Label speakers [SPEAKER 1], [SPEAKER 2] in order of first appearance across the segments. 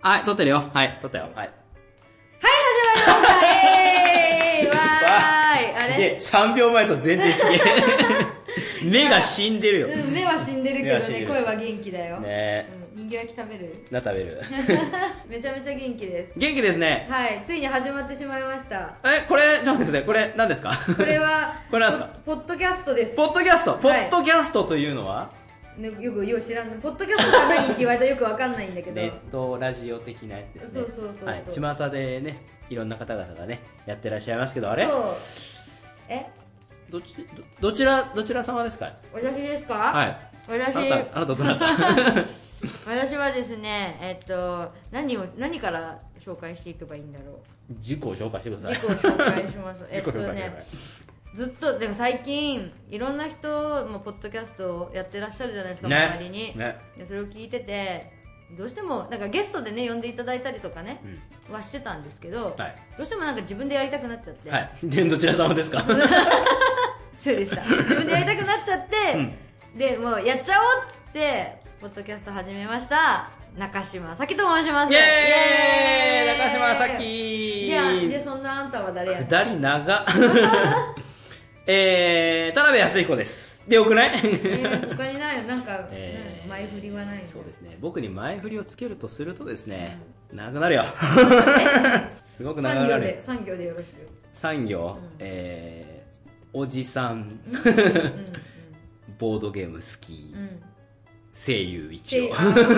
[SPEAKER 1] はい、撮ってるよ。はい、撮ったよ。はい。
[SPEAKER 2] 始まりましたえーいわーいあ
[SPEAKER 1] すげ
[SPEAKER 2] れ
[SPEAKER 1] え、3秒前と全然違 え。目が死んでるよ。ね
[SPEAKER 2] うん、目は死んでるけ
[SPEAKER 1] 目は
[SPEAKER 2] ど
[SPEAKER 1] 死んで
[SPEAKER 2] ね、
[SPEAKER 1] る
[SPEAKER 2] 声は元気だよ。
[SPEAKER 1] え。
[SPEAKER 2] うん、人形焼き食べる
[SPEAKER 1] な、食べる。
[SPEAKER 2] めちゃめちゃ元気です。
[SPEAKER 1] 元気ですね。
[SPEAKER 2] はい、ついに始まってしまいました。
[SPEAKER 1] え、これ、ちょっと待ってください。これ、何ですか 、
[SPEAKER 2] これは
[SPEAKER 1] これなんすか
[SPEAKER 2] ポポッドキャストです。
[SPEAKER 1] ポッドキャスト。ポ
[SPEAKER 2] はい
[SPEAKER 1] ッドキャストというのは、
[SPEAKER 2] ねよくよう知らんポッドキャストが何って言われたらよくわかんないんだけど
[SPEAKER 1] ネットラジオ的なやつですね。
[SPEAKER 2] そうそうそうそう
[SPEAKER 1] はい。巷でね、いろんな方々がね、やってらっしゃいますけど、あ
[SPEAKER 2] あ
[SPEAKER 1] れ
[SPEAKER 2] そうえ
[SPEAKER 1] どっち、どどちら、どちら様ですか
[SPEAKER 2] 私ですか、
[SPEAKER 1] はい。あな
[SPEAKER 2] 私
[SPEAKER 1] た、あなた どな た
[SPEAKER 2] 私はですねえっと何を何から紹介していけばいいんだろ
[SPEAKER 1] 自己を紹介してく
[SPEAKER 2] う
[SPEAKER 1] ださい。
[SPEAKER 2] 自己を紹介しますえっ
[SPEAKER 1] 自己
[SPEAKER 2] と
[SPEAKER 1] 紹介してくだ
[SPEAKER 2] ね
[SPEAKER 1] さい。
[SPEAKER 2] ずっとでも最近いろんな人もポッドキャストをやってらっしゃるじゃないですか、
[SPEAKER 1] ね
[SPEAKER 2] 周りに、
[SPEAKER 1] ね
[SPEAKER 2] でそれを聞いててどうしてもなんかゲストでね呼んでいただいたりとかね、はしてたんですけど、
[SPEAKER 1] はい
[SPEAKER 2] どうしてもなんか自分でやりたくなっちゃって、
[SPEAKER 1] はい。で、どちら様ですか
[SPEAKER 2] そうで した自分でやりたくなっちゃって、でもうやっちゃおうっつってポッドキャスト始めました中島さきと申します
[SPEAKER 1] イエーイ
[SPEAKER 2] イエ
[SPEAKER 1] 中島さき
[SPEAKER 2] いやでそんなあんたは誰やねん
[SPEAKER 1] 下り長 えー、田辺康彦です。でよくない
[SPEAKER 2] えー他にないよなんか、
[SPEAKER 1] えー
[SPEAKER 2] うん前振りはないの
[SPEAKER 1] そうですね。僕に前振りをつけるとするとですね、長くなるよ。 すごく長
[SPEAKER 2] 産
[SPEAKER 1] くなるよ
[SPEAKER 2] 業で。産業でよろしく
[SPEAKER 1] 産業、えー、おじさん、 ボードゲーム好き、
[SPEAKER 2] うん
[SPEAKER 1] 声優一応。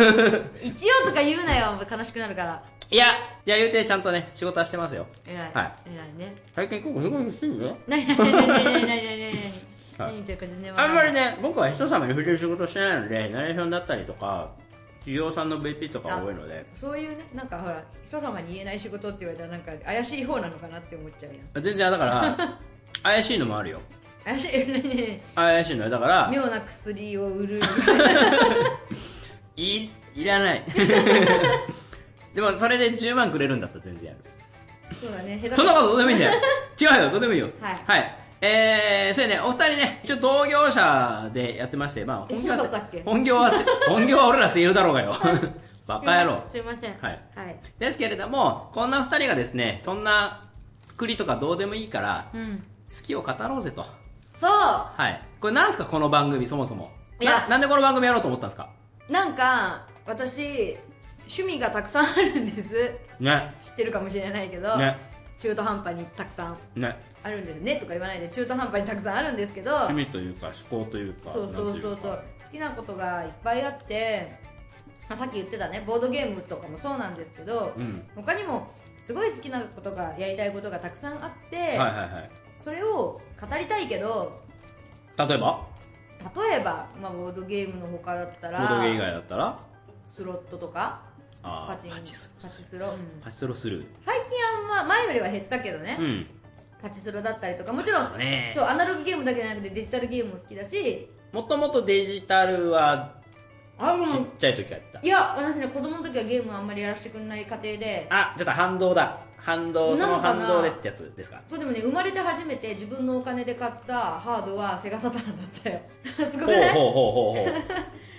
[SPEAKER 2] 一応とか言うなよ悲しくなるから
[SPEAKER 1] いや、いや言うてちゃんとね、仕事はしてますよ。
[SPEAKER 2] 偉い、
[SPEAKER 1] は
[SPEAKER 2] 偉いね
[SPEAKER 1] 最近結構すごいしいよ。
[SPEAKER 2] 何何何何何何何
[SPEAKER 1] はい
[SPEAKER 2] 何何言ってるか全然わか
[SPEAKER 1] あん
[SPEAKER 2] ら
[SPEAKER 1] ま
[SPEAKER 2] な
[SPEAKER 1] り
[SPEAKER 2] い
[SPEAKER 1] ね、僕は人様に触れる仕事してないので、ナレーションだったりとか、企業さんの VP とかが多いので、
[SPEAKER 2] そういうねなんかほら人様に言えない仕事って言われたらなんか怪しい方なのかなって思っちゃうやん
[SPEAKER 1] 全然だ から、怪しいのもあるよ。
[SPEAKER 2] 怪しい何何
[SPEAKER 1] 怪しいのよ。だから、
[SPEAKER 2] 妙な薬を売る
[SPEAKER 1] い、いら ない。でも、それで10万くれるんだったら全然やる。
[SPEAKER 2] そうだね下手な
[SPEAKER 1] そんなことどうでもいいんだ よ。違うよ、どうでもいいよ。
[SPEAKER 2] はい
[SPEAKER 1] えー、そうやね、お二人ね、一応同業者でやってまして、まあ、
[SPEAKER 2] え
[SPEAKER 1] 本業は
[SPEAKER 2] そうだったっけ
[SPEAKER 1] せ、本業はせ、本業は俺ら声優だろうがよ。 バカ野郎。
[SPEAKER 2] すいません
[SPEAKER 1] はい、
[SPEAKER 2] はい、
[SPEAKER 1] ですけれどもこんな二人がですねそんなくりとかどうでもいいから
[SPEAKER 2] うん、
[SPEAKER 1] 好きを語ろうぜと
[SPEAKER 2] そう
[SPEAKER 1] はいこれなんすかこの番組そもそも
[SPEAKER 2] いや
[SPEAKER 1] ななんでこの番組やろうと思ったんですか
[SPEAKER 2] なんか私趣味がたくさんあるんです
[SPEAKER 1] ね
[SPEAKER 2] 知ってるかもしれないけど、
[SPEAKER 1] ね
[SPEAKER 2] 中途半端にたくさん
[SPEAKER 1] ね
[SPEAKER 2] あるんですねとか言わないで中途半端にたくさんあるんですけど
[SPEAKER 1] 趣味というか思考というか
[SPEAKER 2] そうそうそうそう好きなことがいっぱいあって、まあ、さっき言ってたねボードゲームとかもそうなんですけど、
[SPEAKER 1] うん
[SPEAKER 2] 他にもすごい好きなことがやりたいことがたくさんあっ
[SPEAKER 1] なん
[SPEAKER 2] て、
[SPEAKER 1] ていうかはいはいはい
[SPEAKER 2] それを語りたいけど
[SPEAKER 1] 例えば
[SPEAKER 2] 例えば、まあ、ボードゲームの他だった
[SPEAKER 1] ボード
[SPEAKER 2] ら
[SPEAKER 1] ゲー以外だったら
[SPEAKER 2] スロットとか
[SPEAKER 1] あ
[SPEAKER 2] パ
[SPEAKER 1] ー
[SPEAKER 2] チン
[SPEAKER 1] パ
[SPEAKER 2] パ
[SPEAKER 1] チ
[SPEAKER 2] チ
[SPEAKER 1] スロ
[SPEAKER 2] スロ、うん
[SPEAKER 1] パチスロする
[SPEAKER 2] 最近は、まあ、前よりは減ったけどね、
[SPEAKER 1] うん
[SPEAKER 2] パチスロだったりとかもちろん
[SPEAKER 1] そうね
[SPEAKER 2] そうアナログゲームだけじゃなくてデジタルゲームも好きだし
[SPEAKER 1] もともとデジタルは
[SPEAKER 2] あ
[SPEAKER 1] ちっちゃい時からやった
[SPEAKER 2] いや私ね子供の時はゲームあんまりやらせてくれない家庭で
[SPEAKER 1] あちょっと反動だ反動その
[SPEAKER 2] なのか
[SPEAKER 1] 反
[SPEAKER 2] な
[SPEAKER 1] 動でってやつですか
[SPEAKER 2] そうでもね生まれて初めて自分のお金で買ったハードはセガサターンだ ったよすごくない
[SPEAKER 1] ほうほうほうほうほう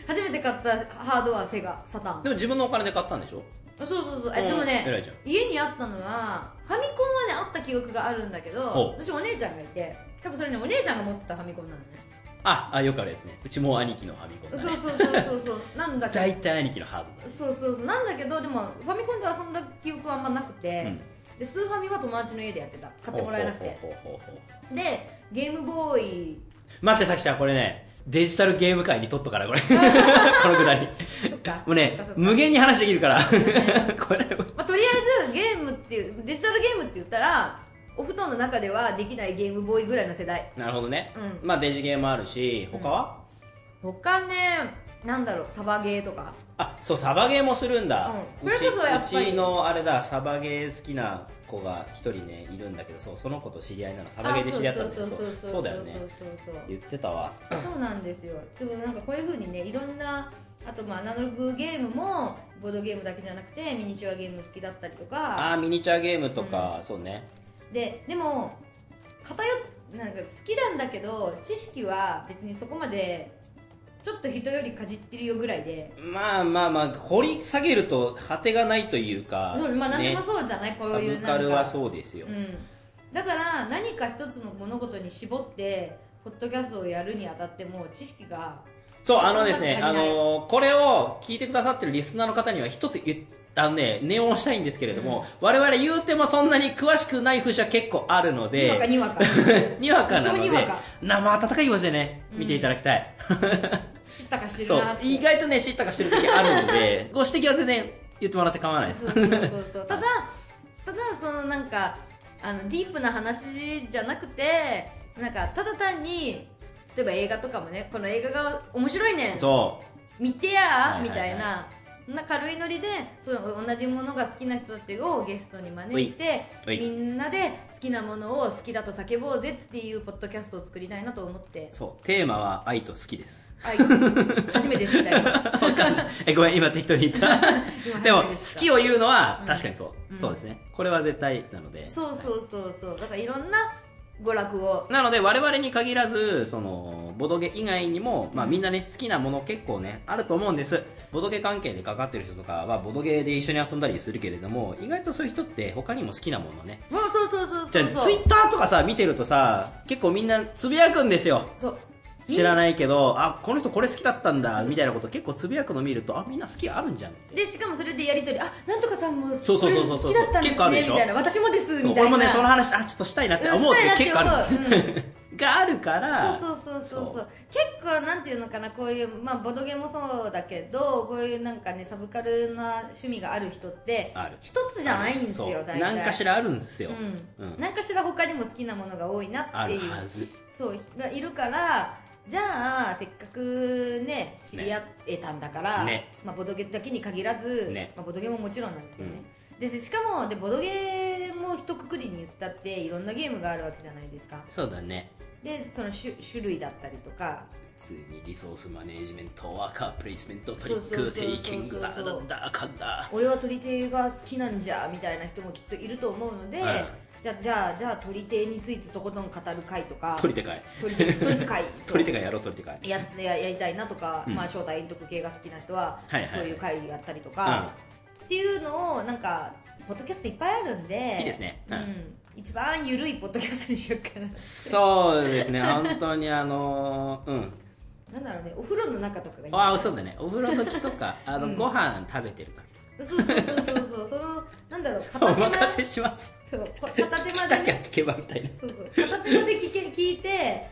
[SPEAKER 2] 初めて買ったハードはセガサターン
[SPEAKER 1] でも自分のお金で買ったんでしょ
[SPEAKER 2] そうそうそう
[SPEAKER 1] う
[SPEAKER 2] え
[SPEAKER 1] ん
[SPEAKER 2] で
[SPEAKER 1] 偉
[SPEAKER 2] も
[SPEAKER 1] い
[SPEAKER 2] ね
[SPEAKER 1] じゃん
[SPEAKER 2] 家にあったのはファミコンはねあった記憶があるんだけど
[SPEAKER 1] ほ
[SPEAKER 2] 私お姉ちゃんがいて多分それねお姉ちゃんが持ってたファミコンな のね
[SPEAKER 1] ああよくあるやつねうちも兄貴のファミコン
[SPEAKER 2] そう
[SPEAKER 1] だ
[SPEAKER 2] そ
[SPEAKER 1] ね
[SPEAKER 2] うそうそうそうなんだけど
[SPEAKER 1] 大体兄貴のハードだ
[SPEAKER 2] そうそうそうなんだけどでもファミコンと遊んだ記憶はあんまなくて、でスーファミは友達の家でやってた買ってもらえなくて
[SPEAKER 1] ほうほうほうほうほう
[SPEAKER 2] でゲームボーイ
[SPEAKER 1] 待ってさきちゃんこれねデジタルゲーム界にとっとからこれ このくだり
[SPEAKER 2] そっか
[SPEAKER 1] もうね
[SPEAKER 2] そっかそっか
[SPEAKER 1] 無限に話できるから これ
[SPEAKER 2] まあ、とりあえずゲームっていうデジタルゲームって言ったらお布団の中ではできないゲームボーイぐらいの世代
[SPEAKER 1] なるほどね、
[SPEAKER 2] う
[SPEAKER 1] まあデジゲーもあるし他は、
[SPEAKER 2] 他ねなんだろうサバゲーとか
[SPEAKER 1] あそうサバゲーもするんだ、
[SPEAKER 2] うんこれこそやっぱ
[SPEAKER 1] う
[SPEAKER 2] り
[SPEAKER 1] ちうちのあれだサバゲー好きな子が一人ねいるんだけどそうその子と知り合いなのサバゲーで知り合ったんだけ
[SPEAKER 2] そう
[SPEAKER 1] ど
[SPEAKER 2] そうそうそう
[SPEAKER 1] そうだよね
[SPEAKER 2] そうそう
[SPEAKER 1] 言ってたわ
[SPEAKER 2] そうそうなんですよでもなんかこういう風にねいろんなあとまあアナログゲームもボードゲームだけじゃなくてミニチュアゲーム好きだったりとか
[SPEAKER 1] ああーミニチュアゲームとか、そうね
[SPEAKER 2] ででも偏っなんか好きなんだけど知識は別にそこまでちょっと人よりかじってるよぐらいで
[SPEAKER 1] まあまあまあ掘り下げると果てがないというか
[SPEAKER 2] そうまあ何でも
[SPEAKER 1] う
[SPEAKER 2] そうじゃない、こう
[SPEAKER 1] サ
[SPEAKER 2] い
[SPEAKER 1] ブ
[SPEAKER 2] う
[SPEAKER 1] カル
[SPEAKER 2] なん
[SPEAKER 1] は
[SPEAKER 2] か
[SPEAKER 1] そうですよ、
[SPEAKER 2] うん、だから何か一つの物事に絞ってポッドキャストをやるにあたっても知識が
[SPEAKER 1] そうあのですね
[SPEAKER 2] そ
[SPEAKER 1] あ
[SPEAKER 2] んなの足りない
[SPEAKER 1] のこれを聞いてくださってるリスナーの方には一つ言っあのね、念を押したいんですけれども、我々言うてもそんなに詳しくない節は結構あるの
[SPEAKER 2] にわか
[SPEAKER 1] で、
[SPEAKER 2] にわか
[SPEAKER 1] にわかなの
[SPEAKER 2] 超に
[SPEAKER 1] で
[SPEAKER 2] わか、
[SPEAKER 1] 生温かい気持ちでね、
[SPEAKER 2] うん
[SPEAKER 1] 見ていただきたい。
[SPEAKER 2] 知ったかしてる
[SPEAKER 1] そう
[SPEAKER 2] なっ、て
[SPEAKER 1] 意外とね、知ったかしてる時あるの で、ご指摘は全然言ってもらって構わないです
[SPEAKER 2] そう。そうそうそうただただそのなんかあのディープな話じゃなくてなんかただ単に例えば映画とかもねこの映画が面白いねん
[SPEAKER 1] そ
[SPEAKER 2] 見てや
[SPEAKER 1] はいはいはい
[SPEAKER 2] みたいなそんな軽いノリでその同じものが好きな人たちをゲストに招いて
[SPEAKER 1] うい
[SPEAKER 2] みんなで好きなものを好きだと叫ぼうぜっていうポッドキャストを作りたいなと思って
[SPEAKER 1] う。そう、テーマは愛と好きです。
[SPEAKER 2] 愛初めて 知ったよ
[SPEAKER 1] わかんない。え、ごめん、今適当に言 った。
[SPEAKER 2] 今初めて知った
[SPEAKER 1] でも、好きを言うのは
[SPEAKER 2] うん
[SPEAKER 1] 確かにそう。
[SPEAKER 2] うん
[SPEAKER 1] そうですね。これは絶対なので。
[SPEAKER 2] そうそうそうそうだからいろんな娯楽を
[SPEAKER 1] なので、我々に限らず、その、ボドゲ以外にも、まあ
[SPEAKER 2] うん
[SPEAKER 1] みんなね、好きなもの結構ね、あると思うんです。ボドゲ関係でかかってる人とかは、ボドゲで一緒に遊んだりするけれども、意外とそういう人って他にも好きなものね。
[SPEAKER 2] もうそうそうそうそう
[SPEAKER 1] じゃあ、ツイッターとかさ、見てるとさ、結構みんなつぶやくんですよ。
[SPEAKER 2] そう
[SPEAKER 1] 知らないけど、あ、この人これ好きだったんだ、みたいなこと結構つぶやくの見ると、あ、みんな好きあるんじゃんって。
[SPEAKER 2] でしかもそれでやり取りあなんとかさんも
[SPEAKER 1] そうそうそうそうそう
[SPEAKER 2] これ好きだったんです
[SPEAKER 1] 結構ある
[SPEAKER 2] ね
[SPEAKER 1] でしょ
[SPEAKER 2] みたいな私もですみた
[SPEAKER 1] そ
[SPEAKER 2] いうな
[SPEAKER 1] 俺もね、その話、あ、ちょっとしたいなって
[SPEAKER 2] うん
[SPEAKER 1] 思うっ
[SPEAKER 2] したいなってて
[SPEAKER 1] 結構あるんです。があるから、
[SPEAKER 2] そうそうそうそうそ
[SPEAKER 1] そう
[SPEAKER 2] 結構なんていうのかなこういうまあボドゲもそうだけどこういうなんかねサブカルな趣味がある人って
[SPEAKER 1] ある
[SPEAKER 2] 一つじゃないんですよ
[SPEAKER 1] そう
[SPEAKER 2] 大体
[SPEAKER 1] 何かしらあるんですよ。
[SPEAKER 2] うん
[SPEAKER 1] うん
[SPEAKER 2] 何かしら他にも好きなものが多いな
[SPEAKER 1] あ
[SPEAKER 2] ってい
[SPEAKER 1] る
[SPEAKER 2] う
[SPEAKER 1] はず。
[SPEAKER 2] そうがいるからじゃあせっかくね知り合えたんだから、
[SPEAKER 1] ね
[SPEAKER 2] まあ、ボドゲだけに限らず、
[SPEAKER 1] ね
[SPEAKER 2] まあ、ボドゲももちろんなんですけどね、でしかもでボドゲも一括りに言ったっていろんなゲームがあるわけじゃないですか
[SPEAKER 1] そうだね。
[SPEAKER 2] でその種種類だったりとか
[SPEAKER 1] 普通にリソースマネージメント、ワーカープレイスメント、ト
[SPEAKER 2] そ
[SPEAKER 1] リ
[SPEAKER 2] う
[SPEAKER 1] ッ
[SPEAKER 2] そうそうそう
[SPEAKER 1] ク、テイキング、だ、だ、だ、かんだ。
[SPEAKER 2] 俺は取り手が好きなんじゃみたいな人もきっといると思うので、
[SPEAKER 1] はい
[SPEAKER 2] じゃあじゃあじゃあ取り手についてとことん語る会とか
[SPEAKER 1] 取り手かい。
[SPEAKER 2] 取り手取り手会 そう
[SPEAKER 1] 取り手かいやろう、取り手かい。
[SPEAKER 2] やややりたいなとか、
[SPEAKER 1] うん
[SPEAKER 2] まあ、正体遠徳系が好きな人は
[SPEAKER 1] はいはいはい
[SPEAKER 2] そういう会やったりとか、っていうのをなんかポッドキャストいっぱいあるんで
[SPEAKER 1] いいですね
[SPEAKER 2] う
[SPEAKER 1] うんん
[SPEAKER 2] 一番ゆるいポッドキャストにしようかな
[SPEAKER 1] そうですね、本当にあのーうん。
[SPEAKER 2] なんだろうねお風呂の中とかがいい
[SPEAKER 1] あ、そうだね。お風呂の時とか、あの、
[SPEAKER 2] うん
[SPEAKER 1] ご飯食べてる時
[SPEAKER 2] そうそうそうそうそうそのなんだろう
[SPEAKER 1] とか。
[SPEAKER 2] 片
[SPEAKER 1] お
[SPEAKER 2] 手間
[SPEAKER 1] 任せします。
[SPEAKER 2] そうこ片手
[SPEAKER 1] 聞
[SPEAKER 2] 間
[SPEAKER 1] きた
[SPEAKER 2] で
[SPEAKER 1] きゃ聞けばみたいな。
[SPEAKER 2] そうそう片手間で聞け聞いて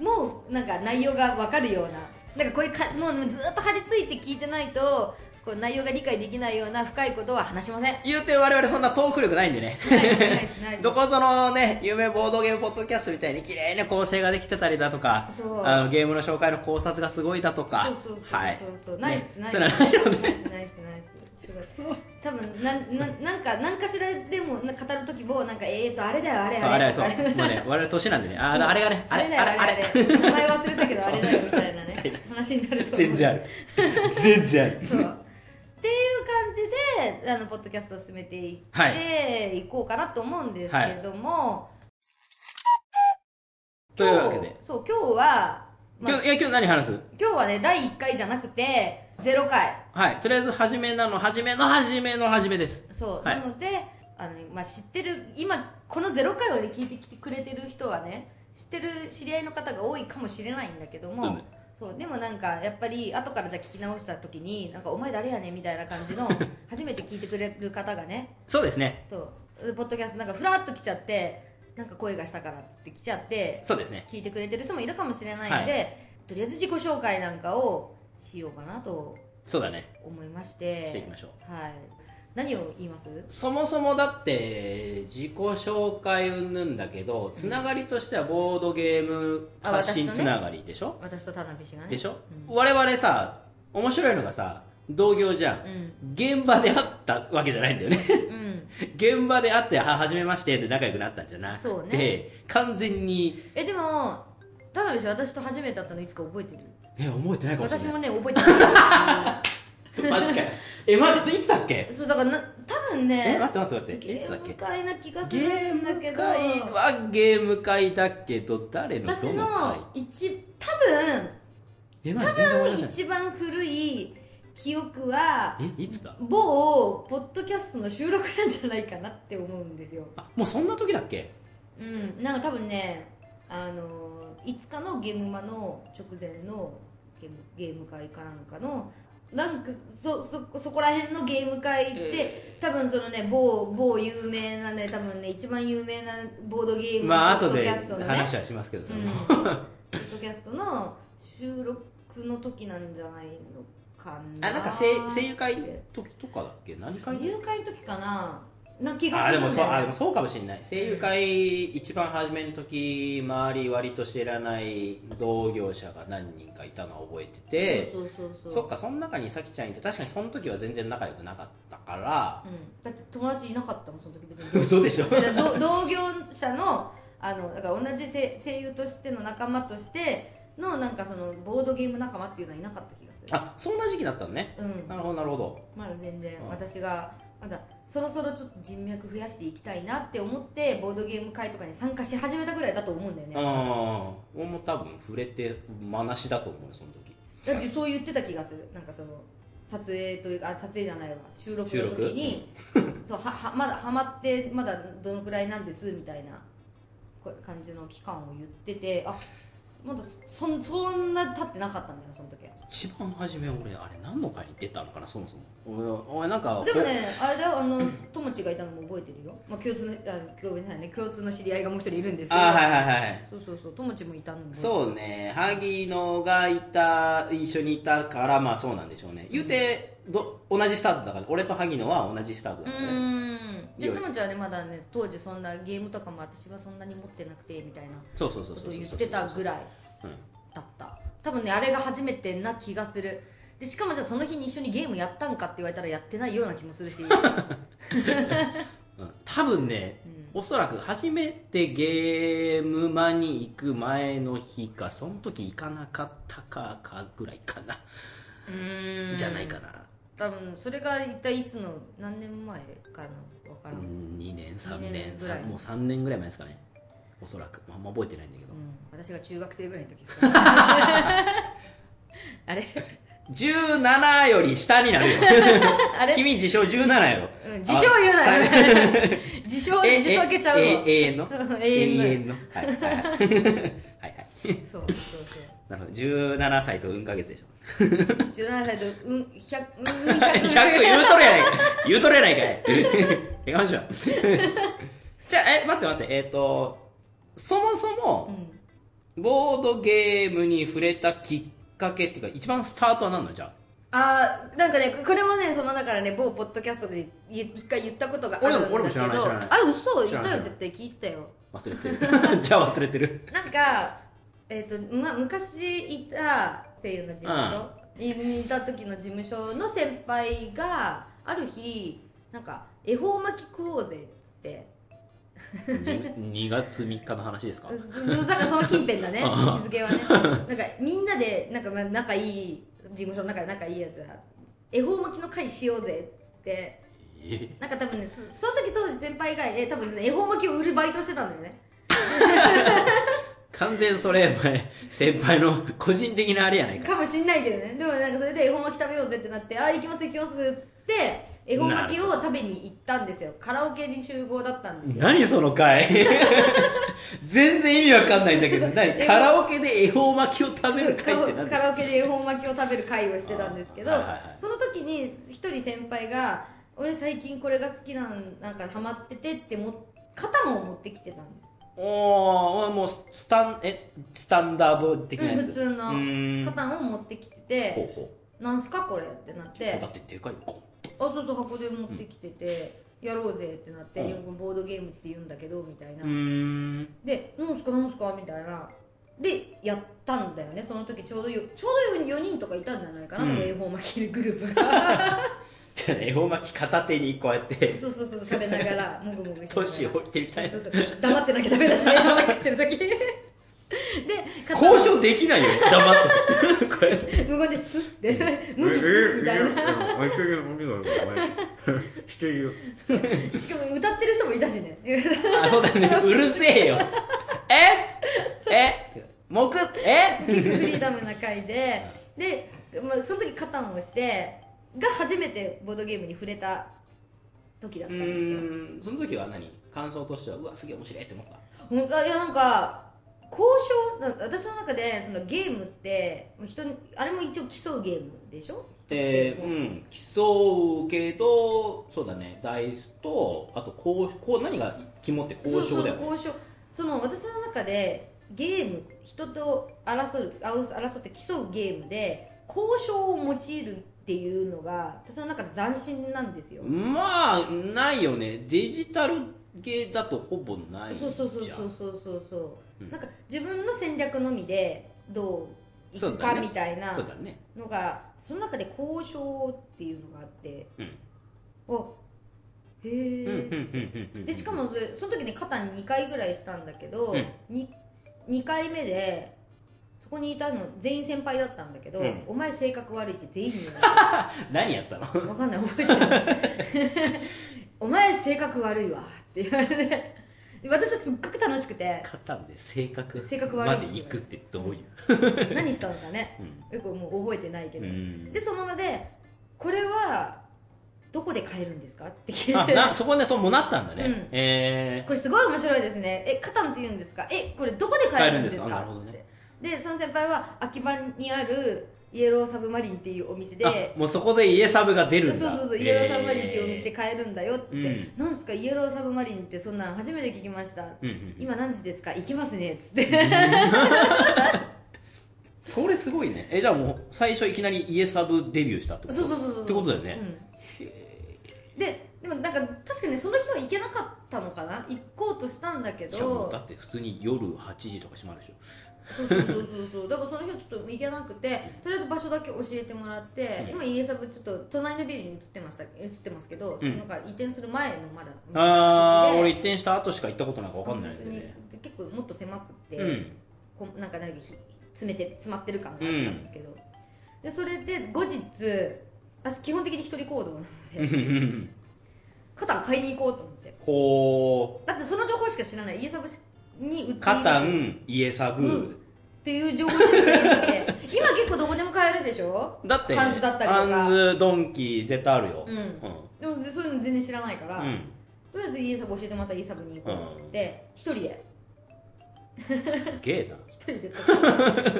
[SPEAKER 2] もうなんか内容が分かるようななんかこういうかもうずっと張り付いて聞いてないとこう内容が理解できないような深いことは話しません
[SPEAKER 1] 言うて我々そんなトーク力ないんでね。
[SPEAKER 2] ないですないですないです
[SPEAKER 1] どこそのね、夢ボードゲームポッドキャストみたいに綺麗な構成ができてたりだとか
[SPEAKER 2] そう、
[SPEAKER 1] あのゲームの紹介の考察がすごいだとか
[SPEAKER 2] そうそうそう、そう
[SPEAKER 1] はい。
[SPEAKER 2] そう、ナイス
[SPEAKER 1] ね
[SPEAKER 2] ナイス
[SPEAKER 1] そう
[SPEAKER 2] ナ
[SPEAKER 1] いうの
[SPEAKER 2] イス
[SPEAKER 1] はないよ
[SPEAKER 2] ナイスナイスすごい多分なんなんなんか何かしらでもな語る時もなんかえーとあれだよあれ
[SPEAKER 1] そう、あ
[SPEAKER 2] あ
[SPEAKER 1] れは
[SPEAKER 2] れと
[SPEAKER 1] そう。
[SPEAKER 2] か
[SPEAKER 1] もうね、我々年なんでね、あのあれがね、あれ、
[SPEAKER 2] だよあれあれ名前忘れたけどあれだよみたいな
[SPEAKER 1] みたい
[SPEAKER 2] ね
[SPEAKER 1] な
[SPEAKER 2] 話になると思う
[SPEAKER 1] 全然ある。全然ある。
[SPEAKER 2] そうっていう感じであのポッドキャストを進めていって、、
[SPEAKER 1] はい
[SPEAKER 2] こうかなと思うんですけれども、
[SPEAKER 1] というわけで。
[SPEAKER 2] そう今日は、まあ
[SPEAKER 1] 今日、いや、今日何話す
[SPEAKER 2] 今日はね第1回じゃなくて0回
[SPEAKER 1] はい。とりあえず、初めなの、初めの初めの初めです。
[SPEAKER 2] そう、
[SPEAKER 1] はい
[SPEAKER 2] なのであのね、まあ、知ってる今この「ゼロ回」を、ね、聞いてきてくれてる人はね知ってる知り合いの方が多いかもしれないんだけども、
[SPEAKER 1] うむ
[SPEAKER 2] そうでもなんかやっぱり後からじゃあ聞き直した時に「なんかお前誰やねん」みたいな感じ の初めて聞いてくれる方がね
[SPEAKER 1] そうですね。
[SPEAKER 2] とポッドキャストなんかふらっと来ちゃってなんか声がしたからっつって来ちゃって
[SPEAKER 1] そうですね。
[SPEAKER 2] 聞いてくれてる人もいるかもしれないんで、とりあえず自己紹介なんかをしようかなと
[SPEAKER 1] そうだね。
[SPEAKER 2] 思いまして
[SPEAKER 1] していきましょう。
[SPEAKER 2] はい、何を言います
[SPEAKER 1] そもそもだって自己紹介云々だけどつながりとしてはボードゲーム発信
[SPEAKER 2] あ私
[SPEAKER 1] つ
[SPEAKER 2] とね
[SPEAKER 1] ながりでしょ、
[SPEAKER 2] 私と田辺氏がね
[SPEAKER 1] でしょ、我々さ面白いのがさ同業じゃん、
[SPEAKER 2] うん
[SPEAKER 1] 現場で会ったわけじゃないんだよね
[SPEAKER 2] うん
[SPEAKER 1] 現場で会っては初めましてで仲良くなったんじゃなくて
[SPEAKER 2] そうね
[SPEAKER 1] 完全に
[SPEAKER 2] えでも田辺氏私と初めて会ったのいつか覚えてる
[SPEAKER 1] え覚えてないかもしれない
[SPEAKER 2] 私もね覚えてな
[SPEAKER 1] マジかよえマジでいつだっけ
[SPEAKER 2] いそうだからな多分
[SPEAKER 1] え
[SPEAKER 2] ね
[SPEAKER 1] 待って待って待ってい
[SPEAKER 2] ゲ
[SPEAKER 1] つだっ
[SPEAKER 2] ーム
[SPEAKER 1] け
[SPEAKER 2] 会な気がす
[SPEAKER 1] ゲ
[SPEAKER 2] る
[SPEAKER 1] ー
[SPEAKER 2] ん
[SPEAKER 1] ム
[SPEAKER 2] だ
[SPEAKER 1] 会
[SPEAKER 2] けど
[SPEAKER 1] はゲーム会だけど誰のどの
[SPEAKER 2] 私の
[SPEAKER 1] 会
[SPEAKER 2] 一多分
[SPEAKER 1] えマジ全然思い出せない
[SPEAKER 2] 一番古い記憶は
[SPEAKER 1] えいつだ
[SPEAKER 2] 某ポッドキャストの収録なんじゃないかなって思うんですよ
[SPEAKER 1] あもうそんな時だっけ
[SPEAKER 2] うんなんか多分ねあの5日のゲームマの直前のゲームゲーム会かなんかのなんかそそそこら辺のゲーム会で、多分そのね某某有名なね多分ね一番有名なボードゲーム
[SPEAKER 1] まあ
[SPEAKER 2] ポ
[SPEAKER 1] 後
[SPEAKER 2] ッドキ
[SPEAKER 1] で
[SPEAKER 2] ャストのね、
[SPEAKER 1] 話はしますけどそれも、
[SPEAKER 2] うんポッドキャストの収録の時なんじゃないのかな
[SPEAKER 1] あなんか声声優会の時とかだっけ何
[SPEAKER 2] 声
[SPEAKER 1] 回
[SPEAKER 2] 優会の時かなな気が
[SPEAKER 1] あ
[SPEAKER 2] す
[SPEAKER 1] で
[SPEAKER 2] るんだ
[SPEAKER 1] も
[SPEAKER 2] よ
[SPEAKER 1] そうあで
[SPEAKER 2] ね
[SPEAKER 1] もそうかもしれない声優会一番初めの時周り割と知らない同業者が何人かいたのを覚えてて
[SPEAKER 2] そうそうそう
[SPEAKER 1] そ
[SPEAKER 2] そ
[SPEAKER 1] っ
[SPEAKER 2] う
[SPEAKER 1] かその中にさきちゃんいて確かにその時は全然仲良くなかったから
[SPEAKER 2] うん、だって友達いなかったもんその時別に
[SPEAKER 1] 嘘でしょ
[SPEAKER 2] 違う同同業者のあのだから同じ声声優としての仲間としてのなんかそのボードゲーム仲間っていうのはいなかった気がする
[SPEAKER 1] あそんな時期だったのね
[SPEAKER 2] うん
[SPEAKER 1] なるほどなるほど
[SPEAKER 2] まだ全然
[SPEAKER 1] うん
[SPEAKER 2] 私がまだそろそろちょっと人脈増やしていきたいなって思ってボードゲーム会とかに参加し始めたぐらいだと思うんだよ
[SPEAKER 1] う
[SPEAKER 2] ね
[SPEAKER 1] ん俺も多分触れてまなしだと思うよその時
[SPEAKER 2] だってそう言ってた気がするなんかその撮影というかあ撮影じゃないわ収録の時にそうははまだハマってまだどのくらいなんですみたいなこ感じの期間を言っててあまだそんそんな経ってなかったんだよその時は
[SPEAKER 1] 一番初め俺あれ何の会に出たのかなそもそも俺俺なんか
[SPEAKER 2] でもねあれだよあの友達がいたのも覚えてるよ、まあ、共通のあごめんなさいね共通の知り合いがもう一人いるんですけど
[SPEAKER 1] あはいはいはい
[SPEAKER 2] そうそうそう友達もいたんで
[SPEAKER 1] そうね萩野がいた一緒にいたからまあそうなんでしょうね言うて、ど同じスタートだから俺と萩野は同じスタート
[SPEAKER 2] う
[SPEAKER 1] だからね
[SPEAKER 2] んで
[SPEAKER 1] よい
[SPEAKER 2] 友ちゃんはねまだね当時そんなゲームとかも私はそんなに持ってなくてみたいな
[SPEAKER 1] そうそうそう
[SPEAKER 2] こ
[SPEAKER 1] そう
[SPEAKER 2] とを
[SPEAKER 1] そう
[SPEAKER 2] 言っ
[SPEAKER 1] そう
[SPEAKER 2] てたぐらい
[SPEAKER 1] うん
[SPEAKER 2] だった多分ねあれが初めてな気がするでしかもじゃあその日に一緒にゲームやったんかって言われたらやってないような気もす るし
[SPEAKER 1] うん多分ね、おそらく初めてゲームマに行く前の日かその時行かなかったかかぐらいかな、
[SPEAKER 2] うーん
[SPEAKER 1] じゃないかな、
[SPEAKER 2] 多分それが一体いつの何年前かのわから、
[SPEAKER 1] うん
[SPEAKER 2] うん
[SPEAKER 1] ん、2年3年
[SPEAKER 2] 二年ぐらい
[SPEAKER 1] さんもう3年ぐらい前ですかねおそらく、まあ、あんま覚えてないんだけど、
[SPEAKER 2] 私が中学生ぐらいの 時ですから あれ
[SPEAKER 1] 17より下になるよ
[SPEAKER 2] あれ、
[SPEAKER 1] 君自称17よ
[SPEAKER 2] うん、自称言うなよ 自称
[SPEAKER 1] ええ
[SPEAKER 2] 自称開けちゃう
[SPEAKER 1] え
[SPEAKER 2] わ
[SPEAKER 1] 永遠の
[SPEAKER 2] 永遠の
[SPEAKER 1] のはいはいはいはいはい
[SPEAKER 2] そうそうそう
[SPEAKER 1] なるほど17歳と運ヶ月でしょ
[SPEAKER 2] 17歳とうん100うん
[SPEAKER 1] 100言うとるやないか 言うとるやないかい えかましょう じゃあえ待って待ってえっ、とそもそもボードゲームに触れたきっかけっていうか一番スタートは何なのじゃあ
[SPEAKER 2] あーなんかねこれもねそのだからね某ポッドキャストでい一回言ったことがあるんだけど
[SPEAKER 1] 俺も俺も知らない知らない
[SPEAKER 2] あ
[SPEAKER 1] 知
[SPEAKER 2] 嘘
[SPEAKER 1] ら
[SPEAKER 2] 言っ
[SPEAKER 1] ない
[SPEAKER 2] たよ絶対聞いてたよ
[SPEAKER 1] 忘れてる じゃあ忘れてる
[SPEAKER 2] なんか、えっとま、昔いた声優の事務所ににいた時の事務所の先輩がある日なんか恵方巻き食おうぜっつって
[SPEAKER 1] 2月3日の話ですか
[SPEAKER 2] そうだからその近辺だね日付はねなんかみんなでなんかまあ仲いい事務所の中で仲いいやつら恵方巻きの会しようぜっつって
[SPEAKER 1] え
[SPEAKER 2] なんか多分ねそその時当時先輩以外で多分ね恵方巻きを売るバイトしてたんだよね
[SPEAKER 1] 完全それ前先輩の個人的なあれやないか
[SPEAKER 2] かもしんないけどねでもなんかそれで恵方巻き食べようぜってなってあ行きます行きますっつって恵方巻きを食べに行ったんですよカラオケに集合だったんですよ
[SPEAKER 1] 何その回 全然意味わかんないんだけど何カラオケで恵方巻きを食べる
[SPEAKER 2] カ
[SPEAKER 1] 会
[SPEAKER 2] ラ
[SPEAKER 1] っ
[SPEAKER 2] オ
[SPEAKER 1] て何
[SPEAKER 2] カ
[SPEAKER 1] です
[SPEAKER 2] ラ
[SPEAKER 1] か
[SPEAKER 2] オケで恵方巻きを食べる会をしてたんですけど、
[SPEAKER 1] あーはいはいはい
[SPEAKER 2] その時に一人先輩が「俺最近これが好きなんなんかハマってて」っても肩も持ってきてたんです
[SPEAKER 1] おーもうススタンえスタンダード的なやつ、
[SPEAKER 2] うん普通の
[SPEAKER 1] うーん
[SPEAKER 2] 肩を持ってきて
[SPEAKER 1] ほ
[SPEAKER 2] て
[SPEAKER 1] うほ
[SPEAKER 2] 「なんすかこれ」ってなっ
[SPEAKER 1] う
[SPEAKER 2] て
[SPEAKER 1] だってでかいよこ
[SPEAKER 2] 「あそうそう箱で持ってきてて、やろうぜ」ってなって「
[SPEAKER 1] うん
[SPEAKER 2] よくボードゲームって言うんだけど」みたいな、
[SPEAKER 1] ううーん
[SPEAKER 2] で「なんすかなんすか」みたいなでやったんだよねその時ちょうどよちょうど4人とかいたんじゃないかな、
[SPEAKER 1] うん
[SPEAKER 2] 多分恵方巻きグルー プが。
[SPEAKER 1] じゃあ恵方巻き片手にこうやって
[SPEAKER 2] そうそうそう食べながらもぐもぐして
[SPEAKER 1] 年を置いてみたい
[SPEAKER 2] そ
[SPEAKER 1] な
[SPEAKER 2] うそう黙ってなきゃダメだしね黙って食ってる時で片方
[SPEAKER 1] 交渉できないよ黙 っててこれ
[SPEAKER 2] 無言ですって無理すみたいな しかも歌ってる人もいたしね
[SPEAKER 1] あ、そうだね。うるせえよ。えっつえもくえ
[SPEAKER 2] フリーダムな回でで、まあ、その時カタンをしてが初めてボードゲームに触れた時だっ
[SPEAKER 1] う
[SPEAKER 2] たんですよ
[SPEAKER 1] ーんその時は何感想としてはうわすげえ面白いって思った
[SPEAKER 2] 本当いやなんか交渉だ私の中でそのゲームってまあ人にあれも一応競うゲームでしょ
[SPEAKER 1] で、うん、競うけどそうだねダイスとあとこうこう何が肝って交渉だよね
[SPEAKER 2] そうそう交渉その私の中でゲーム人と争うあう争って競うゲームで交渉を用いるっていうのが私の中で斬新なんですよ、
[SPEAKER 1] まあないよねデジタル系だとほぼないじゃ
[SPEAKER 2] そ
[SPEAKER 1] ん
[SPEAKER 2] うそうそうそうそうそうそう、
[SPEAKER 1] うん
[SPEAKER 2] なんか自分の戦略のみでどうい
[SPEAKER 1] そ
[SPEAKER 2] く
[SPEAKER 1] うだ
[SPEAKER 2] か
[SPEAKER 1] ね
[SPEAKER 2] みたいな
[SPEAKER 1] そうだね
[SPEAKER 2] のがその中で交渉っていうのがあって
[SPEAKER 1] うん
[SPEAKER 2] あ
[SPEAKER 1] う
[SPEAKER 2] へえ、
[SPEAKER 1] んうんうんうんうん
[SPEAKER 2] でしかもそれその時ね肩2回ぐらいしたんだけど、
[SPEAKER 1] うん
[SPEAKER 2] に2回目でそこにいたの全員先輩だったんだけど、
[SPEAKER 1] うん
[SPEAKER 2] お前性格悪いって全員に言わ
[SPEAKER 1] 何やったの
[SPEAKER 2] れたわかんない覚えてない お前性格悪いわって言われて私はすっごく楽しくて
[SPEAKER 1] 肩で性格
[SPEAKER 2] 性格
[SPEAKER 1] ま
[SPEAKER 2] 悪い
[SPEAKER 1] でいくってどういう
[SPEAKER 2] 何したのかね
[SPEAKER 1] うん
[SPEAKER 2] よくもう覚えてないけ
[SPEAKER 1] う
[SPEAKER 2] ど、
[SPEAKER 1] ん
[SPEAKER 2] でその場でこれはどこで買えるんですかって聞い
[SPEAKER 1] あ
[SPEAKER 2] て
[SPEAKER 1] なそこねそうもなったんだね、
[SPEAKER 2] うん
[SPEAKER 1] え
[SPEAKER 2] これすごい面白いですねえカタンって言うんですかえこれどこで買えるんですか
[SPEAKER 1] 買えるんですかなるほどね
[SPEAKER 2] ってでその先輩は秋葉にあるイエローサブマリンっていうお店
[SPEAKER 1] ー、
[SPEAKER 2] で
[SPEAKER 1] あもうそこで家サブが出
[SPEAKER 2] そう
[SPEAKER 1] るん
[SPEAKER 2] そ
[SPEAKER 1] だ
[SPEAKER 2] うそうイエローサブマリンっていうお店で買えるんだよっつって、
[SPEAKER 1] うん
[SPEAKER 2] なんですかイエローサブマリンってそんなん初めて聞きました、
[SPEAKER 1] えーうんうんうん
[SPEAKER 2] 今何時ですか行きますねっつって
[SPEAKER 1] それすごいねえじゃあもう最初いきなり家サブデビューしたってこと
[SPEAKER 2] そうそうそうそう
[SPEAKER 1] ってことだよね、
[SPEAKER 2] うんででもなんか確かにその日は行けなかったのかな行こうとしたんだけど
[SPEAKER 1] しかもだって普通に夜8時とか閉まるでしょ
[SPEAKER 2] そうそうそうそうそうだからその日はちょっと行けなくてとりあえず場所だけ教えてもらって、
[SPEAKER 1] うん
[SPEAKER 2] 今家サブちょっと隣のビルに移ってました移ってますけど、
[SPEAKER 1] うん
[SPEAKER 2] なんか移転する前のまだ
[SPEAKER 1] ああ
[SPEAKER 2] で
[SPEAKER 1] 俺一転した後しか行ったことなんか分かんないんだよね
[SPEAKER 2] 本当に結構もっと狭くて、
[SPEAKER 1] うん
[SPEAKER 2] こうなんかなんかひ詰めて詰まってる感があったんですけど、でそれで後日私基本的に一人行動なの
[SPEAKER 1] うん
[SPEAKER 2] で
[SPEAKER 1] うんうん
[SPEAKER 2] カタン買いに行こうと思って
[SPEAKER 1] こ
[SPEAKER 2] だってその情報しか知らない家サブに売っていうる
[SPEAKER 1] カタン家サ
[SPEAKER 2] うん
[SPEAKER 1] ブ、
[SPEAKER 2] っていう情報しか知らな くて今結構どこでも買えるでしょ
[SPEAKER 1] だって
[SPEAKER 2] ハンズだったりとか
[SPEAKER 1] ハンズドンキ絶対あるよ
[SPEAKER 2] うん
[SPEAKER 1] うん
[SPEAKER 2] でもそういうの全然知らないから、
[SPEAKER 1] うん
[SPEAKER 2] とりあえず家サブ教えてもらったら家サブに行こうっつって一人で
[SPEAKER 1] すげえな
[SPEAKER 2] 一人で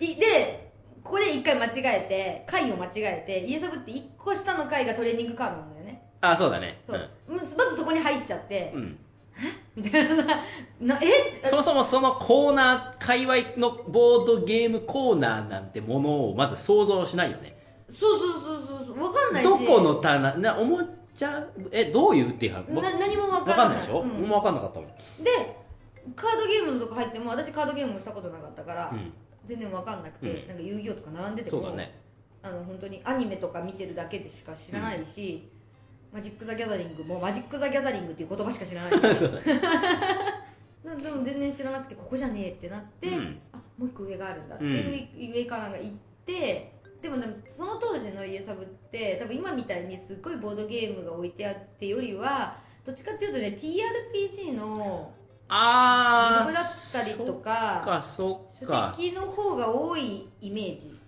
[SPEAKER 2] いでここで一回間違えて回を間違えて家サブって一個下の回がトレーニングカードなんだよね
[SPEAKER 1] あそうだね
[SPEAKER 2] そう、まずまずそこに入っちゃって
[SPEAKER 1] う、ん、
[SPEAKER 2] みたいな なえ
[SPEAKER 1] そもそもそのコーナー界隈のボードゲームコーナーなんてものをまず想像しないよね
[SPEAKER 2] そうそうそうそうそう分かんないし
[SPEAKER 1] どこの棚なおもちゃえどういうっていう話わ
[SPEAKER 2] な何も分
[SPEAKER 1] わ
[SPEAKER 2] から
[SPEAKER 1] かん
[SPEAKER 2] ない
[SPEAKER 1] ないでしょ、
[SPEAKER 2] うん
[SPEAKER 1] もう分かんなかったもん、
[SPEAKER 2] でカードゲームのとこ入っても私カードゲームをしたことなかったから、
[SPEAKER 1] うん、
[SPEAKER 2] 全然分かんなくて、
[SPEAKER 1] うん
[SPEAKER 2] なんか遊戯王とか並んでて
[SPEAKER 1] そ
[SPEAKER 2] も
[SPEAKER 1] うだ ね
[SPEAKER 2] あの本当にアニメとか見てるだけでしか知らないし、マジック・ザ・ギャザリングもマジック・ザ・ギャザリングっていう言葉しか知 らない
[SPEAKER 1] そうだね
[SPEAKER 2] なでも全然知らなくてここじゃねえってなって、
[SPEAKER 1] うん
[SPEAKER 2] あもう一個上があるんだっていう上からが行って、でもでもその当時の家サブって多分今みたいにすっごいボードゲームが置いてあってよりはどっちかっていうとね TRPG のブ
[SPEAKER 1] あ
[SPEAKER 2] ロ
[SPEAKER 1] あ
[SPEAKER 2] グだったりと
[SPEAKER 1] そ
[SPEAKER 2] か
[SPEAKER 1] っかそっ
[SPEAKER 2] 書
[SPEAKER 1] か
[SPEAKER 2] 籍の方が多いイメージ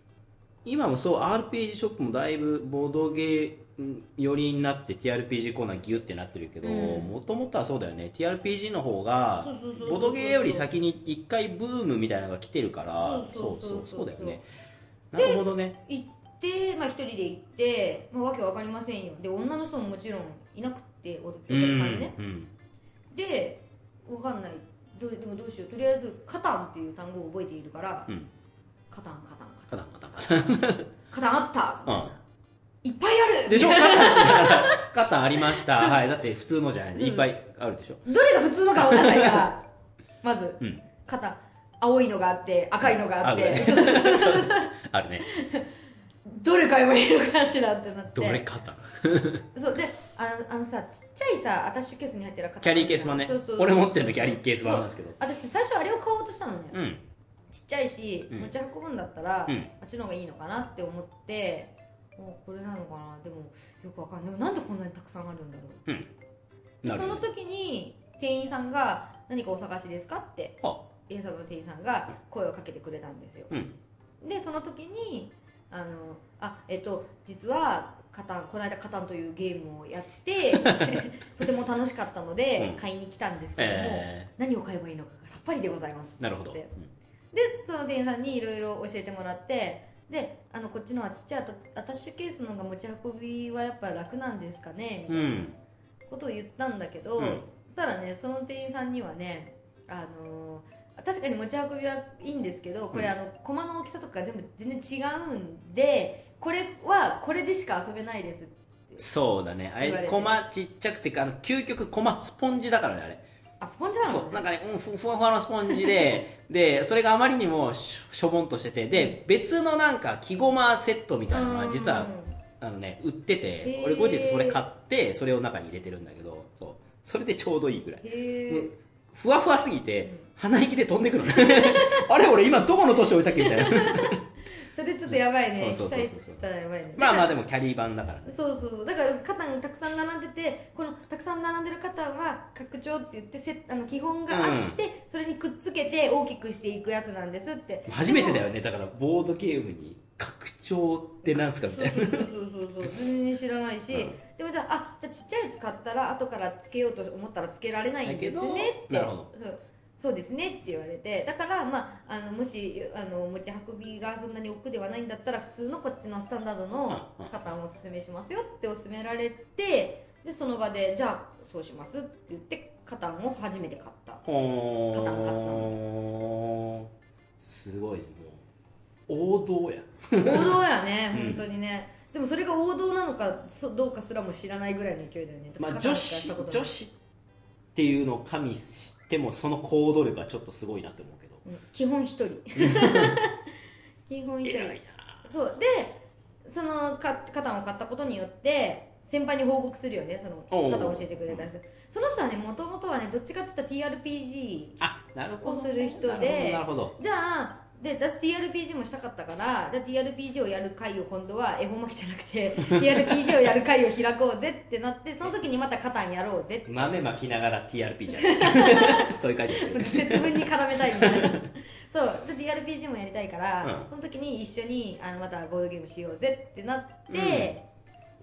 [SPEAKER 1] 今もそう RPG ショップもだいぶボードゲーム寄りになって TRPG コーナーギュってなってるけど
[SPEAKER 2] うん
[SPEAKER 1] もともとはそうだよね TRPG の方が
[SPEAKER 2] そうそうそうそう
[SPEAKER 1] ボードゲーより先に一回ブームみたいなのが来てるから
[SPEAKER 2] そうそうそう
[SPEAKER 1] そうそうだよねな
[SPEAKER 2] で
[SPEAKER 1] るほどね
[SPEAKER 2] 行って、まあ、一人で行って、まあ、わけわかりませんよで女の人ももちろんいなくておお客さ
[SPEAKER 1] うん
[SPEAKER 2] んにね、
[SPEAKER 1] うん
[SPEAKER 2] でわかんないどれでもどうしようとりあえず「カタン」っていう単語を覚えているから
[SPEAKER 1] うん
[SPEAKER 2] 「カタンカタンカタン
[SPEAKER 1] カタンカタンカタン
[SPEAKER 2] カタンあった」みたいな「いっぱいある!」
[SPEAKER 1] でし ょ
[SPEAKER 2] み
[SPEAKER 1] カ
[SPEAKER 2] たい
[SPEAKER 1] タ
[SPEAKER 2] な
[SPEAKER 1] ンだからカタンありましたはいだって普通のじゃないいっぱいあるでしょ
[SPEAKER 2] どれが普通のかわかんないから まず
[SPEAKER 1] うん
[SPEAKER 2] 「カタン」青いのがあって赤いのがあって
[SPEAKER 1] ねあるね
[SPEAKER 2] どれ買えばいいのかしらってなって
[SPEAKER 1] どれカタン
[SPEAKER 2] そうであのあのさちっちゃいさアタッシュケースに入ってるカタン
[SPEAKER 1] キャリーケース版ね
[SPEAKER 2] そうそう
[SPEAKER 1] 俺持ってるのキャリーケース版なんですけど
[SPEAKER 2] そう私ね最初あれを買おうとしたのね、
[SPEAKER 1] うん
[SPEAKER 2] ちっちゃいし、
[SPEAKER 1] うん
[SPEAKER 2] 持ち運ぶんだったら、
[SPEAKER 1] うん
[SPEAKER 2] あっちの方がいいのかなって思っておこれなのかなでもよくわかんないでもなんでこんなにたくさんあるんだろう
[SPEAKER 1] うん
[SPEAKER 2] で
[SPEAKER 1] なる
[SPEAKER 2] そ
[SPEAKER 1] ほど
[SPEAKER 2] の時に店員さんが「何かお探しですか?」って
[SPEAKER 1] あ
[SPEAKER 2] イエサブの店員さんが声をかけてくれたんですよ、
[SPEAKER 1] うん
[SPEAKER 2] でその時にあのあえっと実はカタンこの間「カタン」というゲームをやって とても楽しかったので
[SPEAKER 1] うん
[SPEAKER 2] 買いに来たんですけども、
[SPEAKER 1] え
[SPEAKER 2] 何を買えばいいのかがさっぱりでございます
[SPEAKER 1] ー、なるほど、う
[SPEAKER 2] つ
[SPEAKER 1] ん
[SPEAKER 2] ってその店員さんにいろいろ教えてもらってであのこっちのはちっちゃいアタアタッシュケースの方が持ち運びはやっぱ楽なんですかねみたいな
[SPEAKER 1] うん、
[SPEAKER 2] ことを言ったんだけど、
[SPEAKER 1] うん
[SPEAKER 2] そしたらねその店員さんにはねあのー確かに持ち運びはいいんですけどこれ、
[SPEAKER 1] うん
[SPEAKER 2] あの駒の大きさとか全部全然違うんでこれはこれでしか遊べないです
[SPEAKER 1] そうだねあ
[SPEAKER 2] 言われ
[SPEAKER 1] れ
[SPEAKER 2] て
[SPEAKER 1] コマちっちゃくてかあの究極コマスポンジだからねあれ
[SPEAKER 2] あスポンジなの
[SPEAKER 1] そうなんかね、うん、ふふわふわのスポンジで でそれがあまりにもしょしょぼんとしててで別のなんか木ごまセットみたいなの
[SPEAKER 2] う
[SPEAKER 1] が
[SPEAKER 2] ん
[SPEAKER 1] 実はあのね売ってて
[SPEAKER 2] へー
[SPEAKER 1] 俺後日それ買ってそれを中に入れてるんだけどそうそれでちょうどいいぐらい
[SPEAKER 2] へえ
[SPEAKER 1] ふわふわすぎて
[SPEAKER 2] うん
[SPEAKER 1] 鼻息で飛んでくるのね あれ俺今どこの年置いたっけみたいな
[SPEAKER 2] それちょっとやばいね
[SPEAKER 1] そうそうそうそう
[SPEAKER 2] 期待したらやばいね
[SPEAKER 1] まあまあでもキャリー版だからね
[SPEAKER 2] そうそうそうだからカタンたくさん並んでてこのたくさん並んでるカタンは拡張って言ってセあの基本があって、それにくっつけて大きくしていくやつなんですって
[SPEAKER 1] 初めてだ
[SPEAKER 2] よ
[SPEAKER 1] よねだからボードゲームに拡張ってなんすかみ たいな
[SPEAKER 2] そうそうそうそうそう全然知らないし、
[SPEAKER 1] うん
[SPEAKER 2] でもじゃああじゃあちっちゃいやつ買ったら後からつけようと思ったらつけられないんですねって
[SPEAKER 1] だけどなるほ
[SPEAKER 2] そうそうですねって言われてだから、まあ、あのもしあの持ち運びがそんなに億ではないんだったら普通のこっちのスタンダードの
[SPEAKER 1] うんうん
[SPEAKER 2] 型をおすすめしますよってお勧められてでその場でじゃあそうしますって言って型を初めて買った
[SPEAKER 1] ほ
[SPEAKER 2] カタンカタ
[SPEAKER 1] ーンすごいねもう王道や
[SPEAKER 2] 王道やね
[SPEAKER 1] うん
[SPEAKER 2] 本当にね、でもそれが王道なのかそどうかすらも知らないぐらいの勢いだよねだって
[SPEAKER 1] まあ
[SPEAKER 2] 型
[SPEAKER 1] 女
[SPEAKER 2] しかやっ
[SPEAKER 1] 子
[SPEAKER 2] たことない
[SPEAKER 1] 女子っていうのを加味してもその行動力はちょっとすごいなって思うけど
[SPEAKER 2] うん基本一人基本一
[SPEAKER 1] 偉
[SPEAKER 2] 人
[SPEAKER 1] いな
[SPEAKER 2] そうでそのかカタンを買ったことによって先輩に報告するよねそ
[SPEAKER 1] おう
[SPEAKER 2] のカタンを教えてくれた人その人はねもともとはねどっちかって言ったら TRPG
[SPEAKER 1] あなるほど、
[SPEAKER 2] をする人
[SPEAKER 1] な
[SPEAKER 2] で
[SPEAKER 1] るほどなるほど
[SPEAKER 2] じゃあで私 TRPG もしたかったからじゃあ TRPG をやる会を今度は恵方巻きじゃなくて TRPG をやる会を開こうぜってなってその時にまたカタンやろうぜって
[SPEAKER 1] 豆まきながら TRP じ ゃんそういう感じですね
[SPEAKER 2] 節分に絡めたいみたいなそうちょっと DRPG もやりたいから、
[SPEAKER 1] うん
[SPEAKER 2] その時に一緒にあのまたボードゲームしようぜってなって、で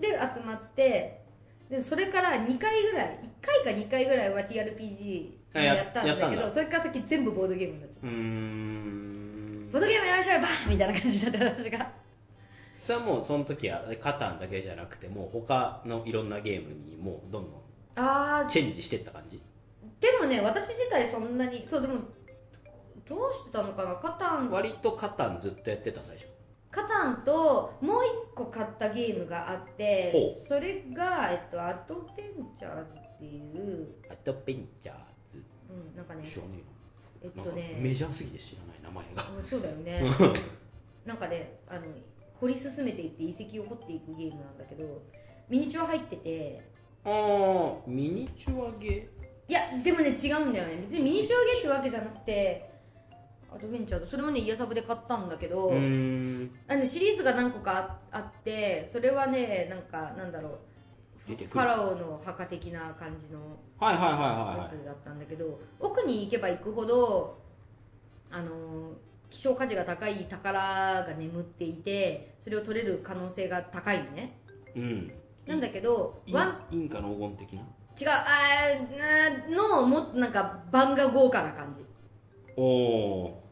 [SPEAKER 2] 集まってでもそれから2回ぐらい1回か2回ぐらいは TRPG
[SPEAKER 1] あや
[SPEAKER 2] やったんだ
[SPEAKER 1] やった
[SPEAKER 2] け
[SPEAKER 1] ん
[SPEAKER 2] ど
[SPEAKER 1] だ
[SPEAKER 2] それから先全部ボードゲームになっちゃっ
[SPEAKER 1] うーん
[SPEAKER 2] たボードゲームやりましょうよバーンみたいな感じだった私が
[SPEAKER 1] それはもうその時はカタンだけじゃなくてもう他のいろんなゲームにもうどんどん
[SPEAKER 2] あ
[SPEAKER 1] チェンジしてった感じ
[SPEAKER 2] でもね私自体そんなにそうでもどうしてたのかなカタン
[SPEAKER 1] 割とカタンずっとやってた最初
[SPEAKER 2] カタンともう一個買ったゲームがあって
[SPEAKER 1] ほ
[SPEAKER 2] それが、えっと、アドベンチャーズっていう、
[SPEAKER 1] アドベンチャーズ
[SPEAKER 2] うん、なんかね
[SPEAKER 1] 知らね
[SPEAKER 2] えっ
[SPEAKER 1] えよな
[SPEAKER 2] と
[SPEAKER 1] んか
[SPEAKER 2] ね
[SPEAKER 1] メジャーすぎて知らない名前が
[SPEAKER 2] うんそうだよ ねなんかねあの掘り進めていって遺跡を掘っていくゲームなんだけどミニチュア入ってて
[SPEAKER 1] ああミニチュアゲ
[SPEAKER 2] いやでもね違うんだよね別にミニチュアゲームってわけじゃなくてアドベンチャーズそれもねイヤサブで買ったんだけど、
[SPEAKER 1] ーうーん
[SPEAKER 2] あのシリーズが何個かああってそれはねなんかなんだろう
[SPEAKER 1] 出てくる
[SPEAKER 2] ファ
[SPEAKER 1] はい
[SPEAKER 2] ラオの墓的な感じの
[SPEAKER 1] はいはいはい
[SPEAKER 2] や
[SPEAKER 1] はい
[SPEAKER 2] つだったんだけど、奥に行けば行くほどあの希少価値が高い宝が眠っていてそれを取れる可能性が高いのね
[SPEAKER 1] うん
[SPEAKER 2] なんだけど
[SPEAKER 1] イン
[SPEAKER 2] ワン
[SPEAKER 1] インカの黄金的な
[SPEAKER 2] 違うあーうーんのもっとなんか番が豪華な感じ
[SPEAKER 1] おお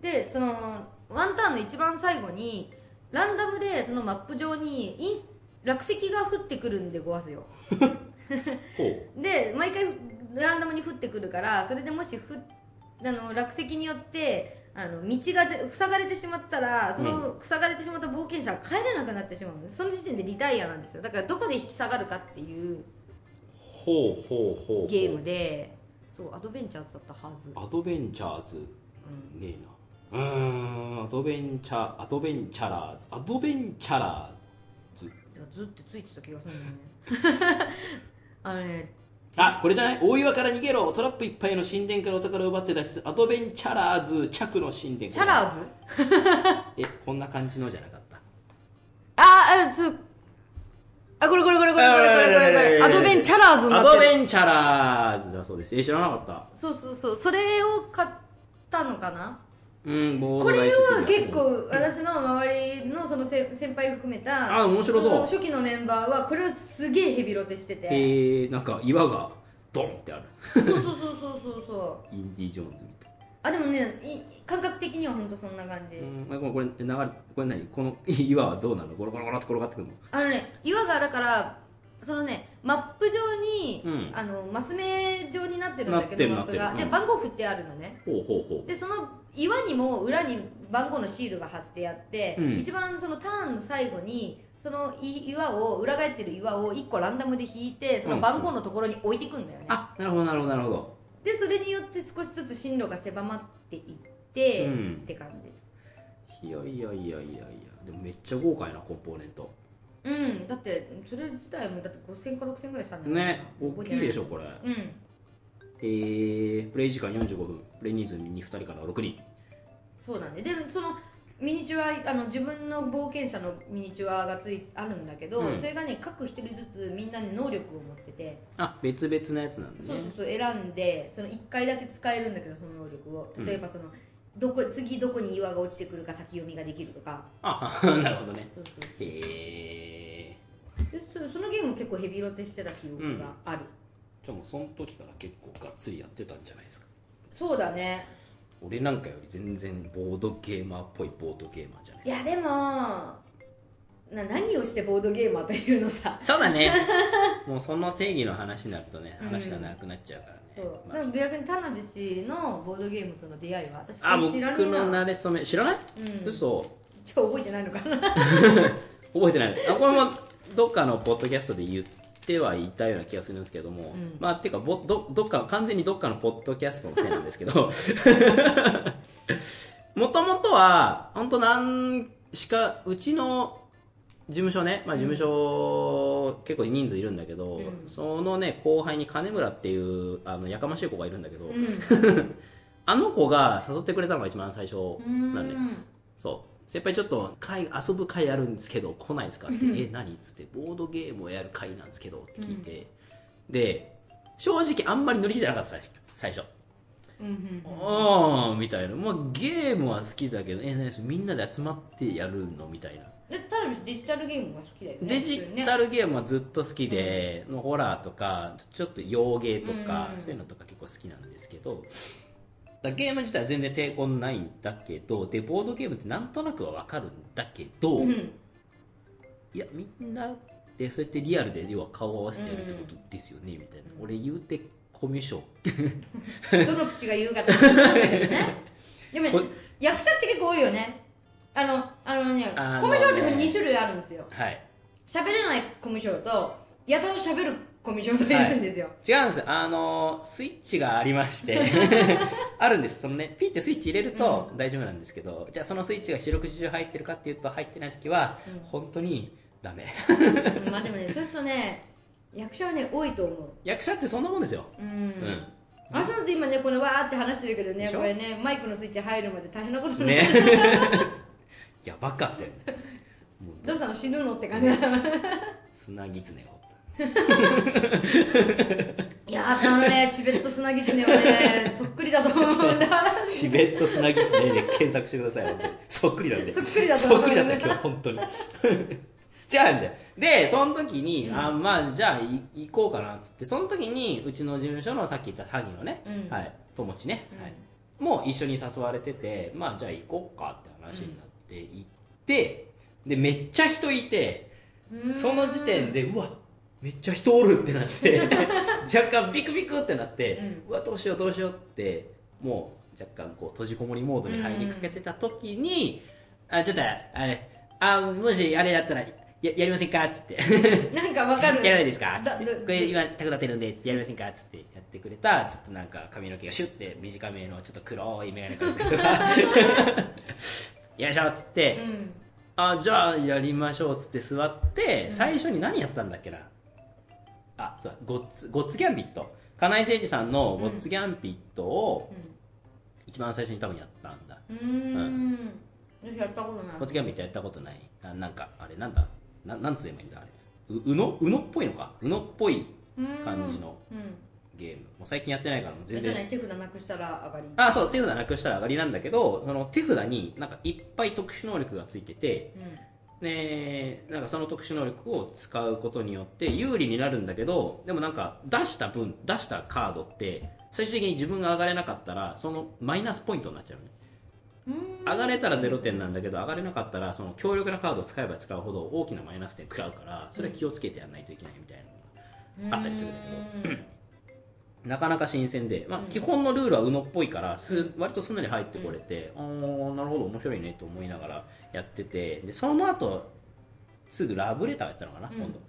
[SPEAKER 2] でそのワンターンの一番最後にランダムでそのマップ上にインス落石が降ってくるんでごわすよ
[SPEAKER 1] ーほ
[SPEAKER 2] で毎回ランダムに降ってくるからそれでもしふあの落石によってあの道がぜ塞がれてしまったらその塞がれてしまった冒険者は帰れなくなってしまうのでその時点でリタイアなんですよだからどこで引き下がるかっていう
[SPEAKER 1] うほうほうほうほう
[SPEAKER 2] ゲームでそうアドベンチャーズだったはず、
[SPEAKER 1] アドベンチャーズ
[SPEAKER 2] うん
[SPEAKER 1] ねえなうーんアドベンチャアドベンチャラーアドベンチャラ
[SPEAKER 2] いやずってついてた気がするんだよね あのね
[SPEAKER 1] ーあこれじゃない大岩から逃げろトラップいっぱいの神殿からお宝を奪って脱出アドベンチャラーズ着の神殿
[SPEAKER 2] チャラーズ
[SPEAKER 1] えこんな感じのじゃなかった
[SPEAKER 2] あーあそうあこれこれこれこれこれこれこれこれアドベンチャラーズにな
[SPEAKER 1] ア
[SPEAKER 2] って
[SPEAKER 1] ド
[SPEAKER 2] る
[SPEAKER 1] ベンチャラーズだそうですえ知らなかった
[SPEAKER 2] そうそうそうそれを買ったのかな
[SPEAKER 1] うんボー
[SPEAKER 2] こ
[SPEAKER 1] ド
[SPEAKER 2] れ
[SPEAKER 1] 大好き
[SPEAKER 2] は結構私の周りのその先先輩含めた
[SPEAKER 1] あ面白そう
[SPEAKER 2] その初期のメンバーはこれをすげえヘビロテして
[SPEAKER 1] え
[SPEAKER 2] て
[SPEAKER 1] ー、なんか岩がドンってある
[SPEAKER 2] そうそうそうそうそうそう
[SPEAKER 1] インディ・ジョーンズみたい
[SPEAKER 2] あでもねい感覚的には本当そんな感じ、
[SPEAKER 1] な、うん、これこれ流れこれ何この岩はどうなのゴロゴロゴロって転がってくるの
[SPEAKER 2] あのね岩がだからそのねマップ上に、
[SPEAKER 1] うん
[SPEAKER 2] あのマス目状になってるんだけ
[SPEAKER 1] なって
[SPEAKER 2] ど
[SPEAKER 1] る
[SPEAKER 2] マップ
[SPEAKER 1] なっ
[SPEAKER 2] が、
[SPEAKER 1] てる
[SPEAKER 2] で
[SPEAKER 1] うん
[SPEAKER 2] 番号振ってあるのね
[SPEAKER 1] ほうほうほ
[SPEAKER 2] でその岩にも裏に番号のシールが貼ってあって、
[SPEAKER 1] うん
[SPEAKER 2] 一番そのターンの最後にそのい岩を裏返ってる岩を1個ランダムで引いてその番号のところに置いていくんだよね、
[SPEAKER 1] あなるほどなるほどなるほど
[SPEAKER 2] でそれによって少しずつ進路が狭まっていって、
[SPEAKER 1] うん
[SPEAKER 2] って感じ
[SPEAKER 1] いやいやいやいやいやでもめっちゃ豪快なコンポーネント
[SPEAKER 2] うんだってそれ自体もだって5000から6000ぐらいしたんだよ
[SPEAKER 1] ね大きいでし
[SPEAKER 2] ょ
[SPEAKER 1] ょこれ
[SPEAKER 2] うん
[SPEAKER 1] えー、プレイ時間45分プレイ人数に2人から6人
[SPEAKER 2] そうなんででもそのミニチュアあの自分の冒険者のミニチュアがついあるんだけど、
[SPEAKER 1] うん
[SPEAKER 2] それがね各一人ずつみんなに能力を持ってて、
[SPEAKER 1] あ別々のやつなんでね
[SPEAKER 2] そうそうそう選んでその1回だけ使えるんだけどその能力を例えばその、どこ次どこに岩が落ちてくるか先読みができるとか
[SPEAKER 1] あ なるほどね
[SPEAKER 2] そうそ
[SPEAKER 1] へえ
[SPEAKER 2] うでそそのゲーム結構ヘビロテしてた記憶がある、
[SPEAKER 1] じゃあもうその時から結構がっつりやってたんじゃないですか
[SPEAKER 2] そうだね
[SPEAKER 1] 俺なんかより全然ボードゲーマーっぽいボードゲーマーじゃない
[SPEAKER 2] いやでもな何をしてボードゲーマーというのさ
[SPEAKER 1] そうだ ねもうその定義の話になるとね
[SPEAKER 2] うん
[SPEAKER 1] 話がなくなっちゃうからね、
[SPEAKER 2] そう
[SPEAKER 1] まあ
[SPEAKER 2] だから逆に田辺氏のボードゲームとの出会いは私
[SPEAKER 1] あ
[SPEAKER 2] これ
[SPEAKER 1] 僕
[SPEAKER 2] 知らねえな
[SPEAKER 1] の慣れ初め知らない、
[SPEAKER 2] うん
[SPEAKER 1] 嘘
[SPEAKER 2] ちょ覚えてないのかな
[SPEAKER 1] 覚えてないあこれもどっかのポッドキャストで言ってはいたような気がするんですけども、
[SPEAKER 2] うん
[SPEAKER 1] まあっていうかぼどどっか完全にどっかのポッドキャストのせいなんですけど もともとは本当なんしかうちの事務所ね、まあ、事務所、結構人数いるんだけど、
[SPEAKER 2] うん
[SPEAKER 1] そのね後輩に金村っていうあのやかましい子がいるんだけど、
[SPEAKER 2] うん
[SPEAKER 1] あの子が誘ってくれたのが一番最初なんで、
[SPEAKER 2] うん
[SPEAKER 1] そう先輩ちょっと会遊ぶ会あるんですけど来ないですかって「え何?」っつって「ボードゲームをやる会なんですけど」って聞いて、で正直あんまり乗り気じゃなかった最初
[SPEAKER 2] うんうん
[SPEAKER 1] 「ああ」みたいな、まあ、ゲームは好きだけど「え何それみんなで集まってやるの?」みたいな
[SPEAKER 2] で田辺氏デジタルゲームが好きだよね
[SPEAKER 1] デジタルゲームはずっと好きで、のホラーとかちょっと洋芸とか、
[SPEAKER 2] うん
[SPEAKER 1] そういうのとか結構好きなんですけどだからゲーム自体は全然抵抗ないんだけどでボードゲームってなんとなくは分かるんだけど、
[SPEAKER 2] うん
[SPEAKER 1] いやみんなでそうやってリアルで要は顔を合わせてやるってことですよね、みたいな俺言うてコミュ障
[SPEAKER 2] どの口が言うかってことなんだけどねでも
[SPEAKER 1] こ
[SPEAKER 2] 役者って結構多いよねあのあのね
[SPEAKER 1] あのね
[SPEAKER 2] コミュ障って2種類あるんですよ
[SPEAKER 1] はい
[SPEAKER 2] 喋れないコミュ障とやたら喋るコミュ障がいるんですよ、
[SPEAKER 1] 違うんですあのスイッチがありまして あるんですそのねピッてスイッチ入れると大丈夫なんですけど、じゃあそのスイッチが四六時中入ってるかっていうと入ってない時は、本当にダメ
[SPEAKER 2] うんまあでもねそうするとね役者はね多いと思う
[SPEAKER 1] 役者ってそんなもんですよ
[SPEAKER 2] うん、
[SPEAKER 1] うん、
[SPEAKER 2] あそうです今ねこのわーって話してるけどね
[SPEAKER 1] でしょ
[SPEAKER 2] これねマイクのスイッチ入るまで大変なことになる
[SPEAKER 1] ねいやバカってもう
[SPEAKER 2] どうしたの死ぬのっ て感じい
[SPEAKER 1] 砂ぎつねがおった
[SPEAKER 2] やーあのねチベットスナギツネはねそっくりだと思うんだ
[SPEAKER 1] チベット砂狐で検索してください本当にそっくりなんで
[SPEAKER 2] そっくりだと
[SPEAKER 1] そっ
[SPEAKER 2] 思う
[SPEAKER 1] くりだった今日本 当に違うんだよでその時に、あまあじゃあい行こうかなっつってその時にうちの事務所のさっき言った萩野ね、
[SPEAKER 2] うん
[SPEAKER 1] はい友知ね、
[SPEAKER 2] うん
[SPEAKER 1] はい、もう一緒に誘われててまあじゃあ行こうかって話になって行って、でめっちゃ人いてその時点でうわめっちゃ人おるってなって 若干ビクビクってなって、うわどうしようどうしようってもう若干こう閉じこもりモードに入りかけてた時に、あちょっとあれあもしあれだったらややりませんかっつって
[SPEAKER 2] なんかわかる
[SPEAKER 1] やらないですかっつって
[SPEAKER 2] だだ
[SPEAKER 1] これ今宅立てるんでっつってやりませんかっつってやってくれたちょっとなんか髪の毛がシュッて短めのちょっと黒い眼鏡かけた人が よいしょっつって、
[SPEAKER 2] うん
[SPEAKER 1] あじゃあやりましょうっつって座って、最初に何やったんだっけなあそうだゴッツゴッツギャンビット金井誠司さんのゴッツギャンビットを一番最初に多分やったんだ、
[SPEAKER 2] うーん私やったこと
[SPEAKER 1] ゴ
[SPEAKER 2] な
[SPEAKER 1] ッ
[SPEAKER 2] い
[SPEAKER 1] ツギャンビットやったことないななんかあれなんだななんつえばいいんだあれううのうのっぽいのかうのっぽい
[SPEAKER 2] うん
[SPEAKER 1] 感じの
[SPEAKER 2] うん
[SPEAKER 1] ゲームもう最近やってないからもう全
[SPEAKER 2] じゃな
[SPEAKER 1] 然
[SPEAKER 2] い手札なくしたら上がり
[SPEAKER 1] ああそう手札なくしたら上がりなんだけどその手札になんかいっぱい特殊能力がついてて
[SPEAKER 2] うん
[SPEAKER 1] でなんかその特殊能力を使うことによって有利になるんだけどでもなんか出した分出したカードって最終的に自分が上がれなかったらそのマイナスポイントになっちゃうのね
[SPEAKER 2] うん
[SPEAKER 1] 上がれたら0点なんだけど上がれなかったらその強力なカードを使えば使うほど大きなマイナス点食らうからそれは気をつけてやらないといけないみたいなのがあったりするんだ
[SPEAKER 2] けど
[SPEAKER 1] なかなか新鮮で、まあ
[SPEAKER 2] うん、
[SPEAKER 1] 基本のルールは UNO っぽいからす割とすんなり入ってこれて、あーなるほど面白いねと思いながらやっててでその後すぐラブレターやったのかな、
[SPEAKER 2] うん
[SPEAKER 1] 今度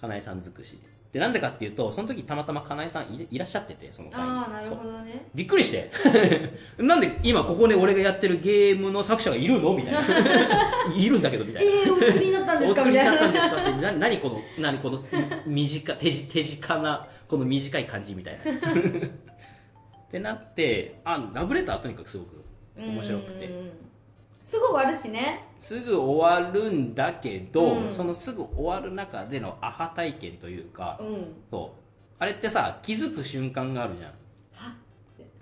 [SPEAKER 1] かなえさん尽くしででなんでかっていうとその時たまたまかなえさんいいらっしゃっててその会に
[SPEAKER 2] ああなる
[SPEAKER 1] そう
[SPEAKER 2] ほどね
[SPEAKER 1] びっくりして なんで今ここで俺がやってるゲームの作者がいるのみたい ないるんだけどみたいな
[SPEAKER 2] ええお作りになったんで
[SPEAKER 1] お
[SPEAKER 2] すか
[SPEAKER 1] 作り
[SPEAKER 2] み
[SPEAKER 1] に
[SPEAKER 2] たい
[SPEAKER 1] な
[SPEAKER 2] な
[SPEAKER 1] ったんですかってな何この何この短手じ手近なこの短い感じみたい なってなってあラブレターとにかくすごく面白く
[SPEAKER 2] う
[SPEAKER 1] て
[SPEAKER 2] んすぐ終わるしね
[SPEAKER 1] すぐ終わるんだけど、
[SPEAKER 2] うん
[SPEAKER 1] そのすぐ終わる中でのアハ体験というか、
[SPEAKER 2] うん
[SPEAKER 1] そうあれってさ気づく瞬間があるじゃん
[SPEAKER 2] は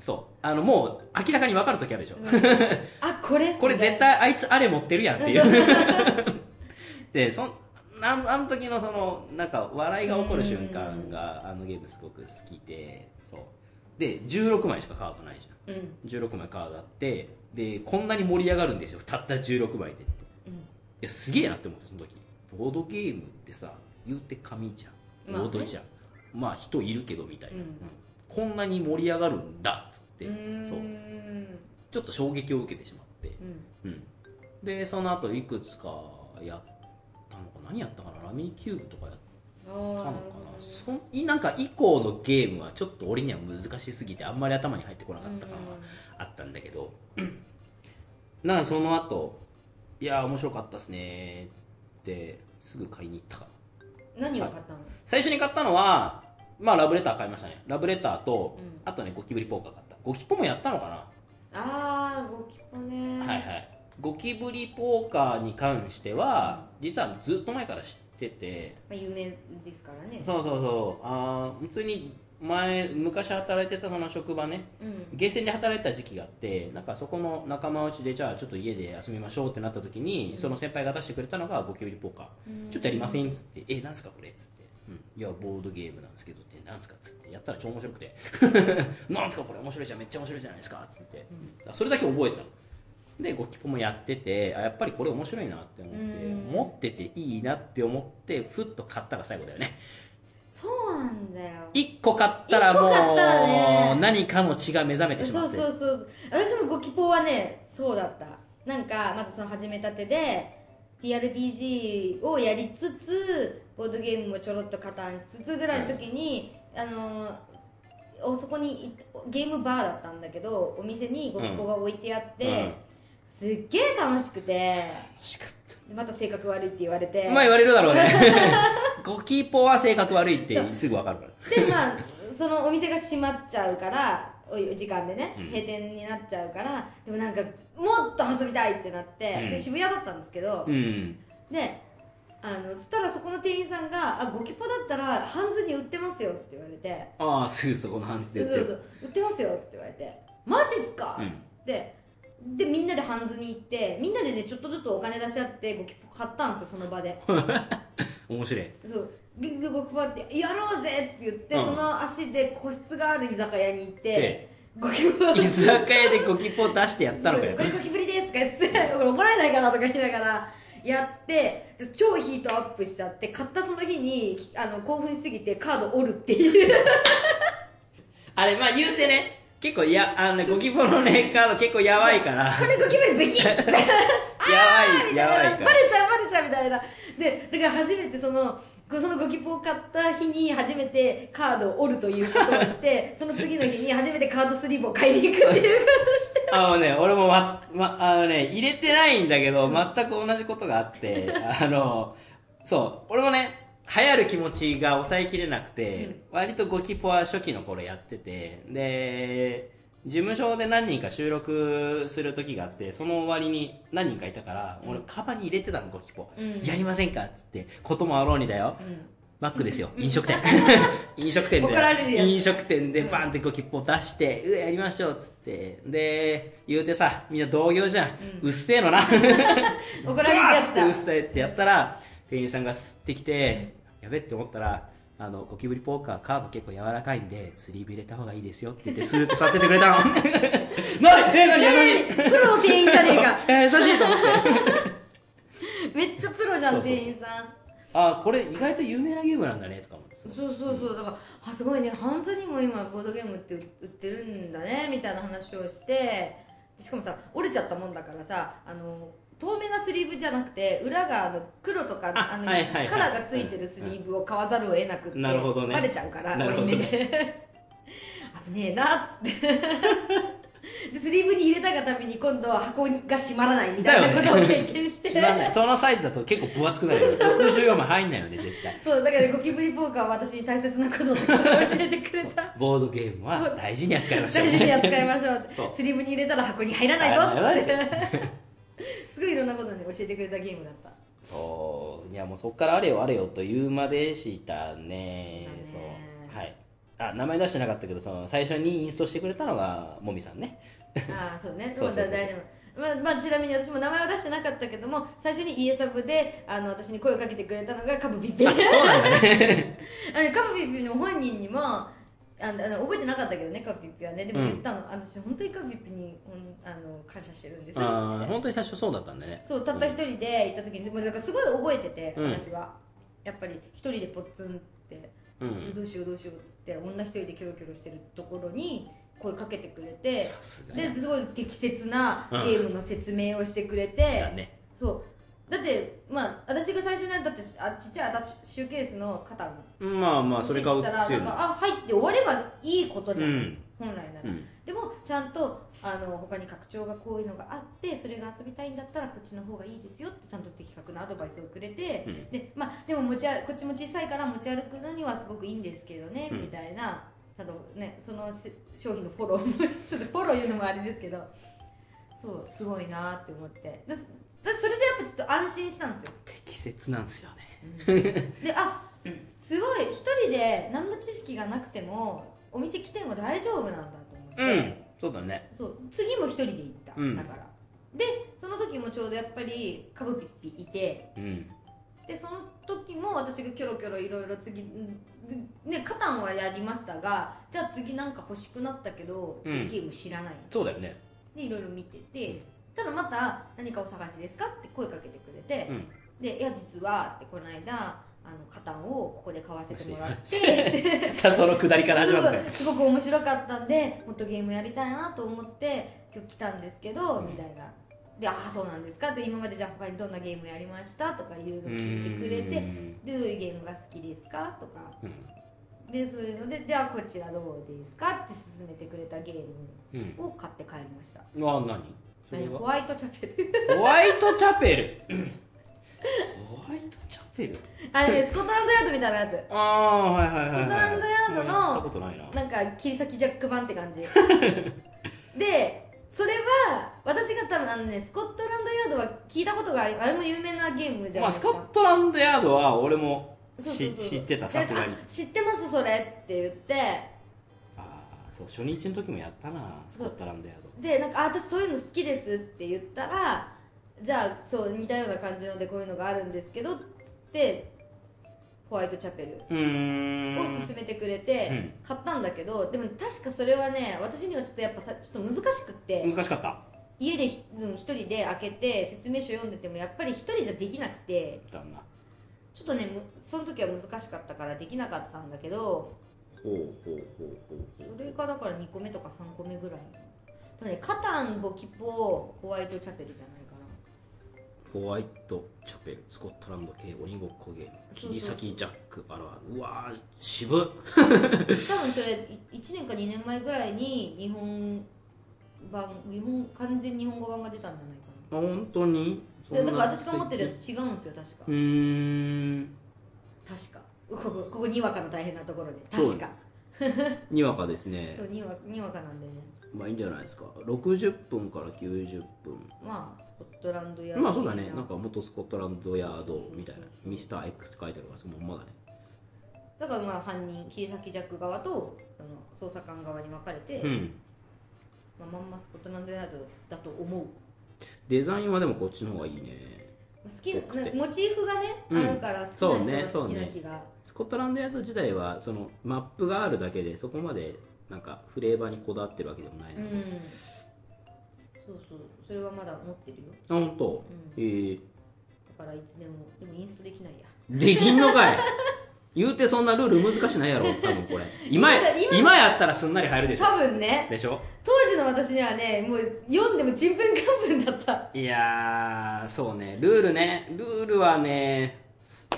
[SPEAKER 1] そうあのもう明らかに分かる時あるでしょ、
[SPEAKER 2] あこれ
[SPEAKER 1] これ絶対あいつあれ持ってるやんっていう でそんあのあの時のそのなんか笑いが起こる瞬間があのゲームすごく好きでそうで16枚しかカードないじゃ
[SPEAKER 2] うん
[SPEAKER 1] ん16枚カードあってでこんなに盛り上がるんですよたった16枚でい
[SPEAKER 2] うん
[SPEAKER 1] やすげえなって思ってその時ボードゲームってさ言うて紙じゃん
[SPEAKER 2] まあ
[SPEAKER 1] ボ
[SPEAKER 2] ね
[SPEAKER 1] ードじゃん、まあ人いるけどみたいな、
[SPEAKER 2] うん
[SPEAKER 1] うんこんなに盛り上がるんだっつって
[SPEAKER 2] うーん
[SPEAKER 1] そう
[SPEAKER 2] うん
[SPEAKER 1] ちょっと衝撃を受けてしまってうん、でその後いくつかやったのか何やったかなラミキューブとかやっ
[SPEAKER 2] あ
[SPEAKER 1] たの
[SPEAKER 2] ー
[SPEAKER 1] か
[SPEAKER 2] な
[SPEAKER 1] な
[SPEAKER 2] るほど
[SPEAKER 1] そんいなんか以降のゲームはちょっと俺には難しすぎてあんまり頭に入ってこなかった感はあったんだけど、 なんかその後いやー面白かったっすねーってすぐ買いに行ったから
[SPEAKER 2] うん何を買ったの
[SPEAKER 1] 最初に買ったのはまあラブレター買いましたねラブレターと、
[SPEAKER 2] うん
[SPEAKER 1] あとねゴキブリポーカー買ったゴキポもやったのかな
[SPEAKER 2] ああゴキポね
[SPEAKER 1] はいはい、ゴキブリポーカーに関しては実はずっと前から知ってて
[SPEAKER 2] まあ有名ですからね
[SPEAKER 1] そうそうそうあー普通に前昔働いてたその職場ね
[SPEAKER 2] うん
[SPEAKER 1] ゲーセンで働いてた時期があってなんかそこの仲間内でじゃあちょっと家で遊びましょうってなった時に、その先輩が出してくれたのがゴキブリポーカー、
[SPEAKER 2] うん
[SPEAKER 1] ちょっとやりませんっつって「えなんすかこれ」っつって。うんいやボードゲームなんですけどってなんすかっつってやったら超面白くて 「なんすかこれ面白いじゃんめっちゃ面白いじゃないですか」っつって、それだけ覚えたのでゴキポもやっててあやっぱりこれ面白いなって思って
[SPEAKER 2] うん
[SPEAKER 1] 持ってていいなって思ってふっと買ったが最後だよね
[SPEAKER 2] そうなんだよ
[SPEAKER 1] 1個買ったらも
[SPEAKER 2] 一個買ったらね
[SPEAKER 1] う何かの血が目覚めてしま
[SPEAKER 2] そう
[SPEAKER 1] って
[SPEAKER 2] そうそう私もゴキポはねそうだったなんかまずその始めたてで TRPG をやりつつボードゲームもちょろっと加担しつつぐらいの時に、あのーおそこにいゲームバーだったんだけどお店にゴキポが置いてあって、
[SPEAKER 1] うん
[SPEAKER 2] すっげえ楽しくて
[SPEAKER 1] しかっ
[SPEAKER 2] でまた性格悪いって言われて
[SPEAKER 1] たまあ言われるだろう ねゴキポは性格悪いってすぐ分かるから
[SPEAKER 2] でまあそのお店が閉まっちゃうからお時間でね
[SPEAKER 1] うん
[SPEAKER 2] 閉店になっちゃうから、でもなんかもっと遊びたいってなって、
[SPEAKER 1] うん
[SPEAKER 2] それ渋谷だったんですけど
[SPEAKER 1] う、ん
[SPEAKER 2] であのそしたらそこの店員さんが「あゴキポだったらハンズに売ってますよ」って言われて
[SPEAKER 1] ああすぐそこのハン
[SPEAKER 2] 「
[SPEAKER 1] ズ
[SPEAKER 2] そ
[SPEAKER 1] で
[SPEAKER 2] う
[SPEAKER 1] 売っ
[SPEAKER 2] そ
[SPEAKER 1] て
[SPEAKER 2] う
[SPEAKER 1] る
[SPEAKER 2] そう売ってますよ」って言われて「マジっすか
[SPEAKER 1] うん
[SPEAKER 2] ってでみんなでハンズに行ってみんなでねちょっとずつお金出し合ってゴキポ買ったんですよその 場で
[SPEAKER 1] 面白い
[SPEAKER 2] そうギグゴキパって「やろうぜ!」って言って、
[SPEAKER 1] うん
[SPEAKER 2] その足で個室がある居酒屋に行って
[SPEAKER 1] で
[SPEAKER 2] ゴキブ
[SPEAKER 1] 居酒屋でゴキポ出してやってたのかよ
[SPEAKER 2] これゴキブリです」とか言って 「俺怒られないかな」とか言いながらやってで超ヒートアップしちゃって買ったその日にあの興奮しすぎてカード折るっ ていう
[SPEAKER 1] あれまあ言うてね結構やあのねゴキポのねカード結構やばいから
[SPEAKER 2] これゴキブリブキッって
[SPEAKER 1] やばい
[SPEAKER 2] みた
[SPEAKER 1] やば
[SPEAKER 2] い
[SPEAKER 1] い
[SPEAKER 2] な
[SPEAKER 1] か
[SPEAKER 2] バ
[SPEAKER 1] ら
[SPEAKER 2] レちゃうバレちゃうみたいなでだから初めてそのこそのゴキポを買った日に初めてカードを折るということをし てその次の日に初めてカードスリーブを買いに行くっていうことをして
[SPEAKER 1] あのね、俺もま、ま、あのね、入れてないんだけど、全く同じことがあって、あの、そう、俺もね、流行る気持ちが抑えきれなくて、割とゴキポは初期の頃やってて、で、事務所で何人か収録する時があって、その終わりに何人かいたから、俺カバンに入れてたの、ゴキポ。
[SPEAKER 2] うん
[SPEAKER 1] やりませんかっつって、こともあろうにだよ。
[SPEAKER 2] うん
[SPEAKER 1] マックですよ。飲食 店。飲食店
[SPEAKER 2] 怒られる
[SPEAKER 1] で。
[SPEAKER 2] やつ
[SPEAKER 1] 飲食店でバンってこう切符を出して、うわ、やりましょうっつって。で、言うてさ、みんな同業じゃん。うっせえ のな。
[SPEAKER 2] 怒られるやつ
[SPEAKER 1] ザーッてうっ
[SPEAKER 2] だ
[SPEAKER 1] さいってやったら店員さんが吸ってきて、やべって思ったらあのゴキブリポーカーカード結構柔らかいんでスリーブ入れた方がいいですよって言ってスーッて去ってってくれた の 何え何優しい
[SPEAKER 2] ねプロの店員じゃねえか
[SPEAKER 1] えー優しいと思って
[SPEAKER 2] めっちゃプロじゃ
[SPEAKER 1] そ
[SPEAKER 2] ん
[SPEAKER 1] うそうそう
[SPEAKER 2] 店員さん
[SPEAKER 1] あこれ意外と有名なゲームなんだねとか思ってさ
[SPEAKER 2] そうそうそうだからあすごいねハンズにも今ボードゲームって売売ってるんだねみたいな話をしてしかもさ折れちゃったもんだからさあの透明なスリーブじゃなくて裏があの黒とか
[SPEAKER 1] あ
[SPEAKER 2] あの、
[SPEAKER 1] はいはいはい
[SPEAKER 2] カラーがついてるスリーブを買わざるを得なくって
[SPEAKER 1] なるほどね
[SPEAKER 2] バレちゃうから
[SPEAKER 1] なるほどね
[SPEAKER 2] 折り目で危ねえなっつって でスリーブに入れたがために今度は箱が閉まらないみたいなことを経験して
[SPEAKER 1] 知らないそのサイズだと結構分厚くなるよ64枚入んないよね絶対
[SPEAKER 2] そうだからゴキブリポーカーは私に大切なことをたくさん教えてくれた
[SPEAKER 1] ボードゲームは大事に扱いましょう
[SPEAKER 2] 大事に扱いましょう
[SPEAKER 1] そう
[SPEAKER 2] スリムに入れたら箱に入らないぞってすごいいろんなことね教えてくれたゲームだった
[SPEAKER 1] そういやもうそっからあれよあれよというまでしたね
[SPEAKER 2] そうだね
[SPEAKER 1] そうはいあ名前出してなかったけどその最初にインストしてくれたのがもみさんね
[SPEAKER 2] ああ そうね
[SPEAKER 1] そうそうそう
[SPEAKER 2] まあ大丈夫まあまあ、ちなみに私も名前は出してなかったけども最初に家サブであの私に声をかけてくれたのがカブビッペあの
[SPEAKER 1] そうなんだね
[SPEAKER 2] カブビッペの本人にもあのあの覚えてなかったけどねカブビッペはねでも言ったの、私本当にカブビッペにほんあの感謝してるんですって言っ
[SPEAKER 1] あ
[SPEAKER 2] て
[SPEAKER 1] 本当に最初そうだったんだね
[SPEAKER 2] そうたった一人で行った時に、もうなんかすごい覚えてて、
[SPEAKER 1] うん
[SPEAKER 2] 私はやっぱり一人でポツンって、
[SPEAKER 1] うん
[SPEAKER 2] どうしようどうしようっつって女一人でキョロキョロしてるところに声かけてくれて
[SPEAKER 1] さすがや
[SPEAKER 2] ですごい適切なゲームの説明をしてくれて
[SPEAKER 1] だ、ね
[SPEAKER 2] そうだってまあ私が最初にだってあちっちゃいアタッシュケースの肩に
[SPEAKER 1] まあまあそれ買う
[SPEAKER 2] っ
[SPEAKER 1] って
[SPEAKER 2] たら
[SPEAKER 1] い
[SPEAKER 2] な
[SPEAKER 1] うんの
[SPEAKER 2] かあはいって終わればいいことじゃん、
[SPEAKER 1] うん
[SPEAKER 2] 本来なら、
[SPEAKER 1] うん
[SPEAKER 2] でもちゃんとあの他に拡張がこういうのがあってそれが遊びたいんだったらこっちの方がいいですよってちゃんと的確なアドバイスをくれて、
[SPEAKER 1] うん
[SPEAKER 2] でまあ、でも持ちあこっちも小さいから持ち歩くのにはすごくいいんですけどね、
[SPEAKER 1] うん
[SPEAKER 2] みたいなちゃんと、ね、そのし商品のフォローもしつつフォロー言うのもあれですけどそうすごいなって思ってだだそれでやっぱちょっと安心したんですよ
[SPEAKER 1] 適切なんですよね
[SPEAKER 2] であすごい一人で何の知識がなくてもお店来ても大丈夫なんだと思って、
[SPEAKER 1] うんそうだね
[SPEAKER 2] そう次も一人で行った、
[SPEAKER 1] うん
[SPEAKER 2] だからでその時もちょうどやっぱりカブピッピいて
[SPEAKER 1] うん
[SPEAKER 2] でその時も私がキョロキョロいろいろ次んでねカタンはやりましたがじゃあ次なんか欲しくなったけど、
[SPEAKER 1] うん
[SPEAKER 2] ゲーム知らない
[SPEAKER 1] そうだよね
[SPEAKER 2] でいろいろ見て
[SPEAKER 1] うん
[SPEAKER 2] てただまた「何かお探しですか?」って声かけてくれて
[SPEAKER 1] うん
[SPEAKER 2] 「でいや実は」ってこの間あのカタンをここで買わせてもらっ
[SPEAKER 1] そ
[SPEAKER 2] て
[SPEAKER 1] そのくだりから始
[SPEAKER 2] そ
[SPEAKER 1] ま
[SPEAKER 2] う
[SPEAKER 1] っ
[SPEAKER 2] そ
[SPEAKER 1] た
[SPEAKER 2] うすごく面白かったんでもっとゲームやりたいなと思って今日来たんですけど、
[SPEAKER 1] うん
[SPEAKER 2] みたいなで「ああそうなんですか」って今までじゃあ他にどんなゲームやりましたとかいろいろ聞いてくれて
[SPEAKER 1] うん
[SPEAKER 2] 「どういうゲームが好きですか?」とか
[SPEAKER 1] うん
[SPEAKER 2] でそういうので「じゃあこちらどうですか?」って勧めてくれたゲーム
[SPEAKER 1] うん
[SPEAKER 2] を買って帰りました
[SPEAKER 1] うわ何それ
[SPEAKER 2] ホ
[SPEAKER 1] は
[SPEAKER 2] ワイトチャペル
[SPEAKER 1] ホワイトチャペルホワイトチャペル
[SPEAKER 2] あれねスコットランドヤードみたいなやつ
[SPEAKER 1] ああはいはいはい、はい、
[SPEAKER 2] スコットランドヤードの
[SPEAKER 1] やったことないな
[SPEAKER 2] なんか切り裂きジャック版っ て感じでそれは私が多分あのねスコットランドヤードは聞いたことがありあれも有名なゲームじゃ
[SPEAKER 1] ま
[SPEAKER 2] ない
[SPEAKER 1] あ、ス
[SPEAKER 2] ですか、
[SPEAKER 1] コットランドヤードは俺も
[SPEAKER 2] そうそう
[SPEAKER 1] し
[SPEAKER 2] そう
[SPEAKER 1] 知ってたさすがに
[SPEAKER 2] であ知ってますそれって言って
[SPEAKER 1] ああそう初日の時もやったなスコ
[SPEAKER 2] そう
[SPEAKER 1] ットランドヤード
[SPEAKER 2] でなんかあ「私そういうの好きです」って言ったらじゃあそう似たような感じのでこういうのがあるんですけどっつってホワイトチャペル
[SPEAKER 1] うーん
[SPEAKER 2] を勧めてくれて、
[SPEAKER 1] うん
[SPEAKER 2] 買ったんだけどでも確かそれはね私にはちょっとやっぱさちょっと難しくって、
[SPEAKER 1] 難しかった
[SPEAKER 2] 家でひうん一人で開けて説明書読んでてもやっぱり一人じゃできなくて
[SPEAKER 1] だな
[SPEAKER 2] ちょっとねむその時は難しかったからできなかったんだけど
[SPEAKER 1] ほうほうほうほう
[SPEAKER 2] それがだから2個目とか3個目ぐらい多分ねカタンゴキポホワイトチャペルじゃないかな
[SPEAKER 1] ホワイトチャペルスコットランド系鬼ごっこゲーム切り裂きジャックあるあるうわー渋っ
[SPEAKER 2] 多分それい1年か2年前ぐらいに日本版日本完全日本語版が出たんじゃないか
[SPEAKER 1] あ本当に
[SPEAKER 2] なでだから私が持ってる
[SPEAKER 1] や
[SPEAKER 2] やつ違うんですよ確か
[SPEAKER 1] うーん
[SPEAKER 2] 確かここここにわかの大変なところで
[SPEAKER 1] そう
[SPEAKER 2] 確か
[SPEAKER 1] にわかですね
[SPEAKER 2] そうにわにわかなんでね
[SPEAKER 1] まあいいんじゃないですか60分から90分
[SPEAKER 2] まあスコットランドや
[SPEAKER 1] まあそうだねなんか元スコットランドヤードみたいなミスター X って書いてあるからそのまんまだね
[SPEAKER 2] だからまあ犯人切り裂きジャック側とその捜査官側に分かれて、
[SPEAKER 1] うん
[SPEAKER 2] まあ、まんまスポットなんでないとだと思う
[SPEAKER 1] デザインはでもこっちの方がいいね
[SPEAKER 2] 好きな
[SPEAKER 1] よくて
[SPEAKER 2] モチーフがね、
[SPEAKER 1] うん
[SPEAKER 2] あるから好きな人が
[SPEAKER 1] そう
[SPEAKER 2] 好き
[SPEAKER 1] ね
[SPEAKER 2] な気が、
[SPEAKER 1] スコットランドヤード自体はそのマップがあるだけでそこまでなんかフレーバーにこだわってるわけでもないの
[SPEAKER 2] う
[SPEAKER 1] で、
[SPEAKER 2] んそうそうそれはまだ持ってるよ
[SPEAKER 1] あ本当、えー
[SPEAKER 2] だからいつでもでもインストできないや
[SPEAKER 1] できんのかい言うてそんなルール難しないやろ多分これ今や
[SPEAKER 2] 今
[SPEAKER 1] 今やったらすんなり入るでしょ
[SPEAKER 2] 多 分ね
[SPEAKER 1] でしょ
[SPEAKER 2] 当時の私にはねもう読んでもちんぷんかんぷんだった
[SPEAKER 1] いやーそうねルールねルールはね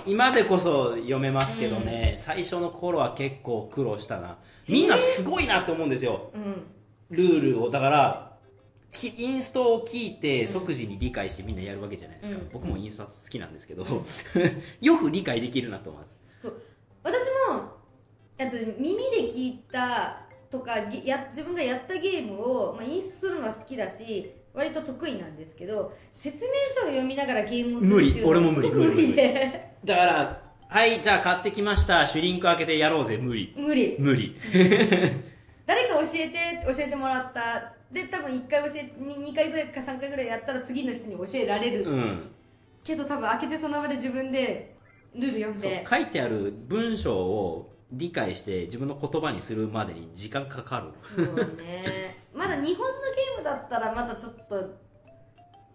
[SPEAKER 1] 今でこそ読めますけどね、最初の頃は結構苦労したなみんなすごいなって思うんですよ
[SPEAKER 2] うん
[SPEAKER 1] ルールをだからきインストを聞いて即時に理解してみんなやるわけじゃないですか、
[SPEAKER 2] うん
[SPEAKER 1] 僕もインスト好きなんですけど、 よく理解できるなと思います
[SPEAKER 2] 私もあと耳で聞いたとかぎや自分がやったゲームを、まあ、インストするのは好きだし割と得意なんですけど説明書を読みながらゲームをするっていうのは
[SPEAKER 1] 無
[SPEAKER 2] す
[SPEAKER 1] 理
[SPEAKER 2] ご
[SPEAKER 1] 俺
[SPEAKER 2] く
[SPEAKER 1] も無理
[SPEAKER 2] 無理で
[SPEAKER 1] だからはいじゃあ買ってきましたシュリンク開けてやろうぜ無理
[SPEAKER 2] 無理
[SPEAKER 1] 無理
[SPEAKER 2] 誰か教えて教えてもらったで多分1回教え2回ぐらいか3回ぐらいやったら次の人に教えられる、
[SPEAKER 1] うん
[SPEAKER 2] けど多分開けてその場で自分でルール読ん
[SPEAKER 1] そう
[SPEAKER 2] で
[SPEAKER 1] 書いてある文章を理解して自分の言葉にするまでに時間かかる
[SPEAKER 2] そうねまだ日本のゲームだったらまだちょっと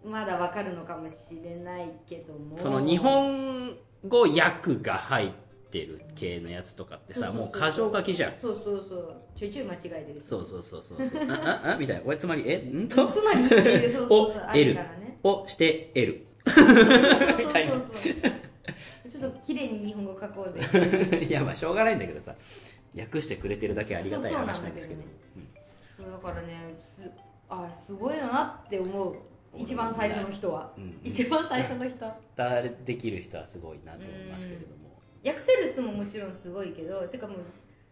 [SPEAKER 2] まだわかるのかもしれないけども
[SPEAKER 1] その日本語訳が入ってる系のやつとかってさ
[SPEAKER 2] そうそう
[SPEAKER 1] も
[SPEAKER 2] そう
[SPEAKER 1] う箇条書きじゃん
[SPEAKER 2] そうそうそうちょいちょい間違えてる
[SPEAKER 1] そうそうそうそう そうあああみたいなこれつまりえん
[SPEAKER 2] つ
[SPEAKER 1] と
[SPEAKER 2] まりっていうそうそうそう
[SPEAKER 1] お
[SPEAKER 2] あるからね
[SPEAKER 1] をして得る
[SPEAKER 2] そうそうそうそうちょっと綺麗に日本語書こうぜ
[SPEAKER 1] いやまあしょうがないんだけどさ訳してくれてるだけありがたい話なんですけど
[SPEAKER 2] そうそうだからねすあすごいよなって思う一番最初の人は、
[SPEAKER 1] うん
[SPEAKER 2] 一番最初の人
[SPEAKER 1] だできる人はすごいなと思いますけれども
[SPEAKER 2] 訳せる人ももちろんすごいけどてかもう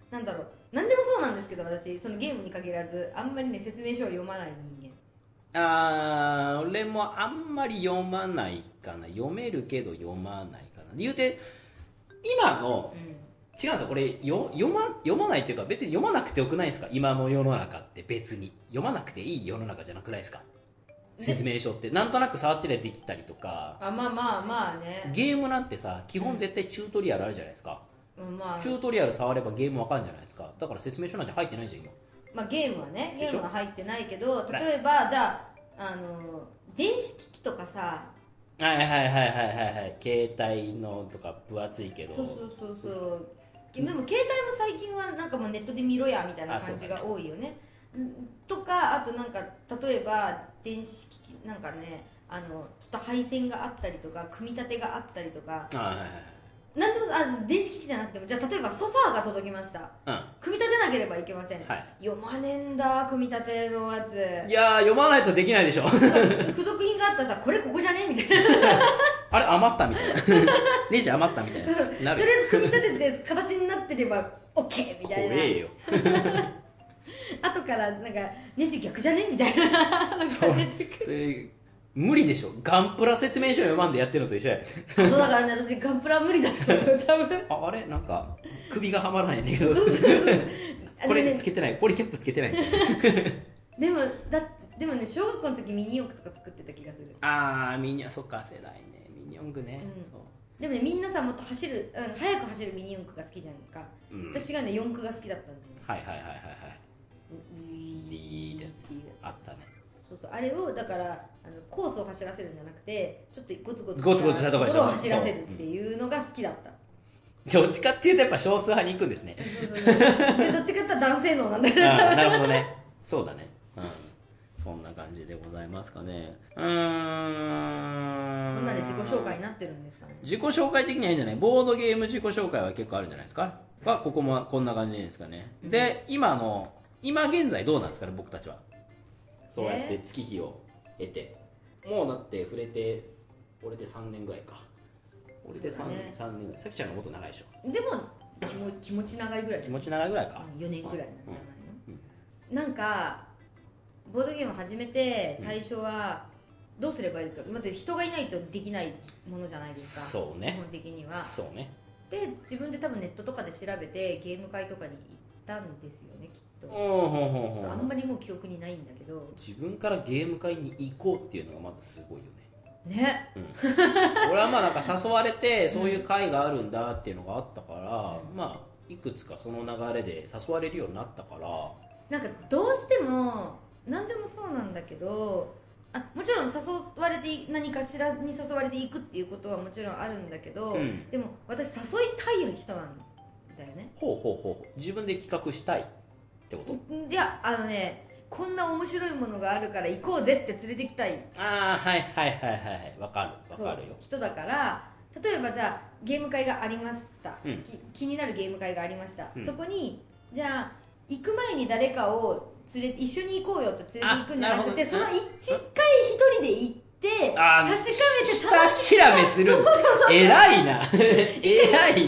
[SPEAKER 2] なんだろう何でもそうなんですけど私そのゲームに限らずあんまりね説明書を読まない人
[SPEAKER 1] あー俺もあんまり読まないかな読めるけど読まないかな言うて今の
[SPEAKER 2] 間うん
[SPEAKER 1] 違うんですよこれよ読ま読まないっていうか別に読まなくてよくないですか今の世の中って別に読まなくていい世の中じゃなくないですか
[SPEAKER 2] で
[SPEAKER 1] 説明書ってなんとなく触ってりゃできたりとか
[SPEAKER 2] あまあまあまあね
[SPEAKER 1] ゲームなんてさ基本絶対チュートリアルあるじゃないですか、
[SPEAKER 2] うんまあ
[SPEAKER 1] チュートリアル触ればゲームわかるんじゃないですかだから説明書なんて入ってないじゃん今
[SPEAKER 2] まあ、ゲームはねゲ
[SPEAKER 1] でしょ
[SPEAKER 2] ームは入ってないけど例えばじゃああの電子機器とかさ
[SPEAKER 1] はいはいはいはいはいはい携帯のとか分厚いけど
[SPEAKER 2] そうそうそうそうでも携帯も最近はなんかもうネットで見ろやみたいな感じ
[SPEAKER 1] あ
[SPEAKER 2] が
[SPEAKER 1] そ
[SPEAKER 2] 多いよねうんとかあとなんか例えば電子機器なんかねあのちょっと配線があったりとか組み立てがあったりとか
[SPEAKER 1] あはいはいはい
[SPEAKER 2] なんでもあ電子機器じゃなくてもじゃあ例えばソファーが届きました
[SPEAKER 1] うん
[SPEAKER 2] 組み立てなければいけません、
[SPEAKER 1] はい
[SPEAKER 2] 読まねえんだ組み立てのやつ
[SPEAKER 1] いやー読まないとできないでしょ
[SPEAKER 2] 付属品があったらさこれここじゃねみたいな
[SPEAKER 1] あれ余ったみたいな ネジ余ったみたいなな
[SPEAKER 2] とりあ
[SPEAKER 1] る
[SPEAKER 2] えず組み立てて形になってれば OK み
[SPEAKER 1] 怖
[SPEAKER 2] たいな
[SPEAKER 1] えよ
[SPEAKER 2] 後からなんかネジ逆じゃねみたいなのが出てくる
[SPEAKER 1] それ無理でしょガンプラ説明書読まんでやってるのと一緒や
[SPEAKER 2] そうだからね私ガンプラ無理だと思う多分
[SPEAKER 1] ああれなんか首がはまらないんだ けど こ
[SPEAKER 2] あの
[SPEAKER 1] れ
[SPEAKER 2] ね
[SPEAKER 1] つけてないポリキャップつけてない
[SPEAKER 2] でもだでもね小学校の時ミニ四駆とか作ってた気がする
[SPEAKER 1] ああミニそっか世代ねミニ四駆ね、
[SPEAKER 2] うん
[SPEAKER 1] そう
[SPEAKER 2] でもねみんなさもっと走るうん速く走るミニ四駆が好きじゃんか、
[SPEAKER 1] うん
[SPEAKER 2] 私がね四駆が好きだったんだよね
[SPEAKER 1] はいはいはいはいはいいいですねあったね
[SPEAKER 2] そうそうあれをだからあのコースを走らせるんじゃなくてちょっとゴツゴツ
[SPEAKER 1] ゴツゴツしたとこでしょ
[SPEAKER 2] を走らせるっていうのが好きだった
[SPEAKER 1] どっちかっていうとやっぱ少数派に行くんですね
[SPEAKER 2] そうそうそうでどっちかって言ったら男性能なんだ
[SPEAKER 1] あ
[SPEAKER 2] けど
[SPEAKER 1] ーなるほどね そうだねうんそんな感じでございますかねうーん
[SPEAKER 2] こんなんで自己紹介になってるんですかね
[SPEAKER 1] 自己紹介的にはいいんじゃないボードゲーム自己紹介は結構あるんじゃないですかはここもこんな感じですかね、で今の今現在どうなんですかね僕たちはそうやって月日を得て、もうだって触れて俺で3年ぐらいか俺で
[SPEAKER 2] そ
[SPEAKER 1] 3,、
[SPEAKER 2] うだね
[SPEAKER 1] 三年ぐらいさきちゃんのもっと長いでしょ
[SPEAKER 2] でも気も気持ち長いぐらい
[SPEAKER 1] 気持ち長いぐらいか、
[SPEAKER 2] 4年ぐらいなんじゃないの
[SPEAKER 1] うん、
[SPEAKER 2] なんかボードゲーム始めて最初はどうすればいいかまず人がいないとできないものじゃないですか
[SPEAKER 1] そうね
[SPEAKER 2] 基本的には
[SPEAKER 1] そうね
[SPEAKER 2] で自分で多分ネットとかで調べてゲーム会とかに行ったんですよねきっと
[SPEAKER 1] ほうほうほ
[SPEAKER 2] ち
[SPEAKER 1] うほ
[SPEAKER 2] ょっとあ
[SPEAKER 1] うん
[SPEAKER 2] まりもう記憶にないんだけど
[SPEAKER 1] 自分からゲーム会に行こうっていうのがまずすごいよね
[SPEAKER 2] ね
[SPEAKER 1] 俺はまあなんか誘われてそういう会があるんだっていうのがあったから、まあいくつかその流れで誘われるようになったから
[SPEAKER 2] なんかどうしても何でもそうなんだけどあもちろん誘われてい何かしらに誘われていくっていうことはもちろんあるんだけど、
[SPEAKER 1] うん
[SPEAKER 2] でも私誘いたい人なんだよね
[SPEAKER 1] ほうほうほうほう自分で企画したいってこと、
[SPEAKER 2] いやあのねこんな面白いものがあるから行こうぜって連れてきたい
[SPEAKER 1] ああはいはいはいはいわかるわかるよ
[SPEAKER 2] そう人だから例えばじゃあゲーム会がありました、
[SPEAKER 1] うん
[SPEAKER 2] き気になるゲーム会がありました、
[SPEAKER 1] うん
[SPEAKER 2] そこにじゃあ行く前に誰かを連れ一緒に行こうよって連れて行くんじゃなくて
[SPEAKER 1] あなるほ
[SPEAKER 2] そ
[SPEAKER 1] ど
[SPEAKER 2] の
[SPEAKER 1] ね
[SPEAKER 2] 一回一人で行って確
[SPEAKER 1] あー
[SPEAKER 2] かめて楽し
[SPEAKER 1] 下調べする
[SPEAKER 2] そうそうそうそう
[SPEAKER 1] 偉いな偉 いな
[SPEAKER 2] あ楽しいっ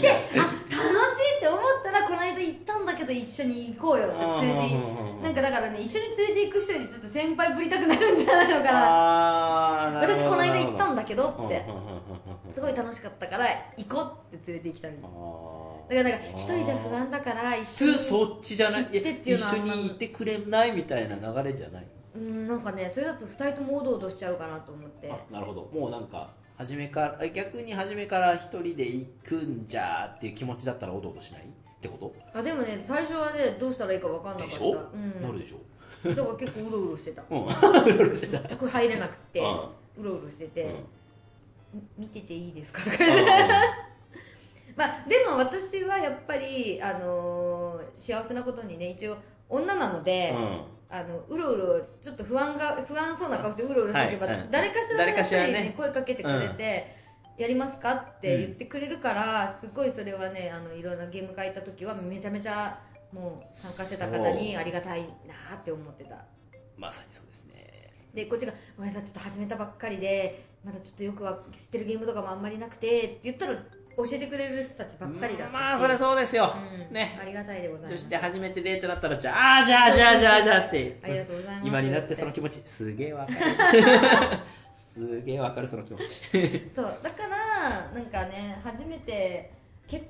[SPEAKER 2] て思ったらこの間行ったんだけど一緒に行こうよって連れて行く
[SPEAKER 1] な
[SPEAKER 2] なんかだからね一緒に連れて行く人よりちょっと先輩ぶりたくなるんじゃないのか
[SPEAKER 1] あ
[SPEAKER 2] な
[SPEAKER 1] ーなる
[SPEAKER 2] 私
[SPEAKER 1] ほど
[SPEAKER 2] この間行った
[SPEAKER 1] な
[SPEAKER 2] ん
[SPEAKER 1] る
[SPEAKER 2] だけど
[SPEAKER 1] ほど
[SPEAKER 2] って
[SPEAKER 1] うんうんうんうんうん
[SPEAKER 2] すごい楽しかったから行こうって連れて行きたいだ
[SPEAKER 1] あ
[SPEAKER 2] か
[SPEAKER 1] ー
[SPEAKER 2] らなんか一人じゃ不安だから一
[SPEAKER 1] 普
[SPEAKER 2] 緒に
[SPEAKER 1] 通そっちじゃない
[SPEAKER 2] 行ってっていうのは
[SPEAKER 1] 一緒にいてくれないみたいな流れじゃない
[SPEAKER 2] うんなんかねそれだと二人ともおどおどしちゃうかなと思って
[SPEAKER 1] あなるほどもうなんか初めからえ逆に初めから一人で行くんじゃーっていう気持ちだったらおどおどしないってこと、
[SPEAKER 2] あでもね最初はねどうしたらいいか分かんなか
[SPEAKER 1] で
[SPEAKER 2] った
[SPEAKER 1] しょ、
[SPEAKER 2] うん、
[SPEAKER 1] なるでしょ
[SPEAKER 2] だから結構うろうろしてた
[SPEAKER 1] うん うろうろしてた
[SPEAKER 2] 全く入れなくて
[SPEAKER 1] う
[SPEAKER 2] うろうろして
[SPEAKER 1] うん
[SPEAKER 2] て、み見てていいですかとか
[SPEAKER 1] うん
[SPEAKER 2] まあでも私はやっぱり、あのー幸せなことにね一応女なの で、
[SPEAKER 1] うん
[SPEAKER 2] あのうろうろちょっと不安が不安そうな顔してうろうろしておけば、
[SPEAKER 1] はいはい
[SPEAKER 2] 誰かしら,、ね、
[SPEAKER 1] 誰かしらね
[SPEAKER 2] やっぱり声かけてくれて、やりますかって言ってくれるから、すごいそれはねあのいろんなゲーム会行った時はめちゃめちゃもう参加してた方に
[SPEAKER 1] そう
[SPEAKER 2] ありがたいなって思ってた
[SPEAKER 1] まさにそうですね
[SPEAKER 2] でこっちが「ごめんなさいちょっと始めたばっかりでまだちょっとよくは知ってるゲームとかもあんまりなくて」って言ったら教えてくれる人たちばっかりだったし
[SPEAKER 1] まあそれそうですよ、
[SPEAKER 2] うん
[SPEAKER 1] ね
[SPEAKER 2] ありがたいでござい
[SPEAKER 1] 女
[SPEAKER 2] ま
[SPEAKER 1] 子
[SPEAKER 2] す
[SPEAKER 1] で初めてデートだったらじゃあじゃあじゃあじゃあじゃあって
[SPEAKER 2] ありがとうございます
[SPEAKER 1] 今になってその気持ちすげえわかる すげえわかるその気持ち
[SPEAKER 2] そうだからなんかね初めて結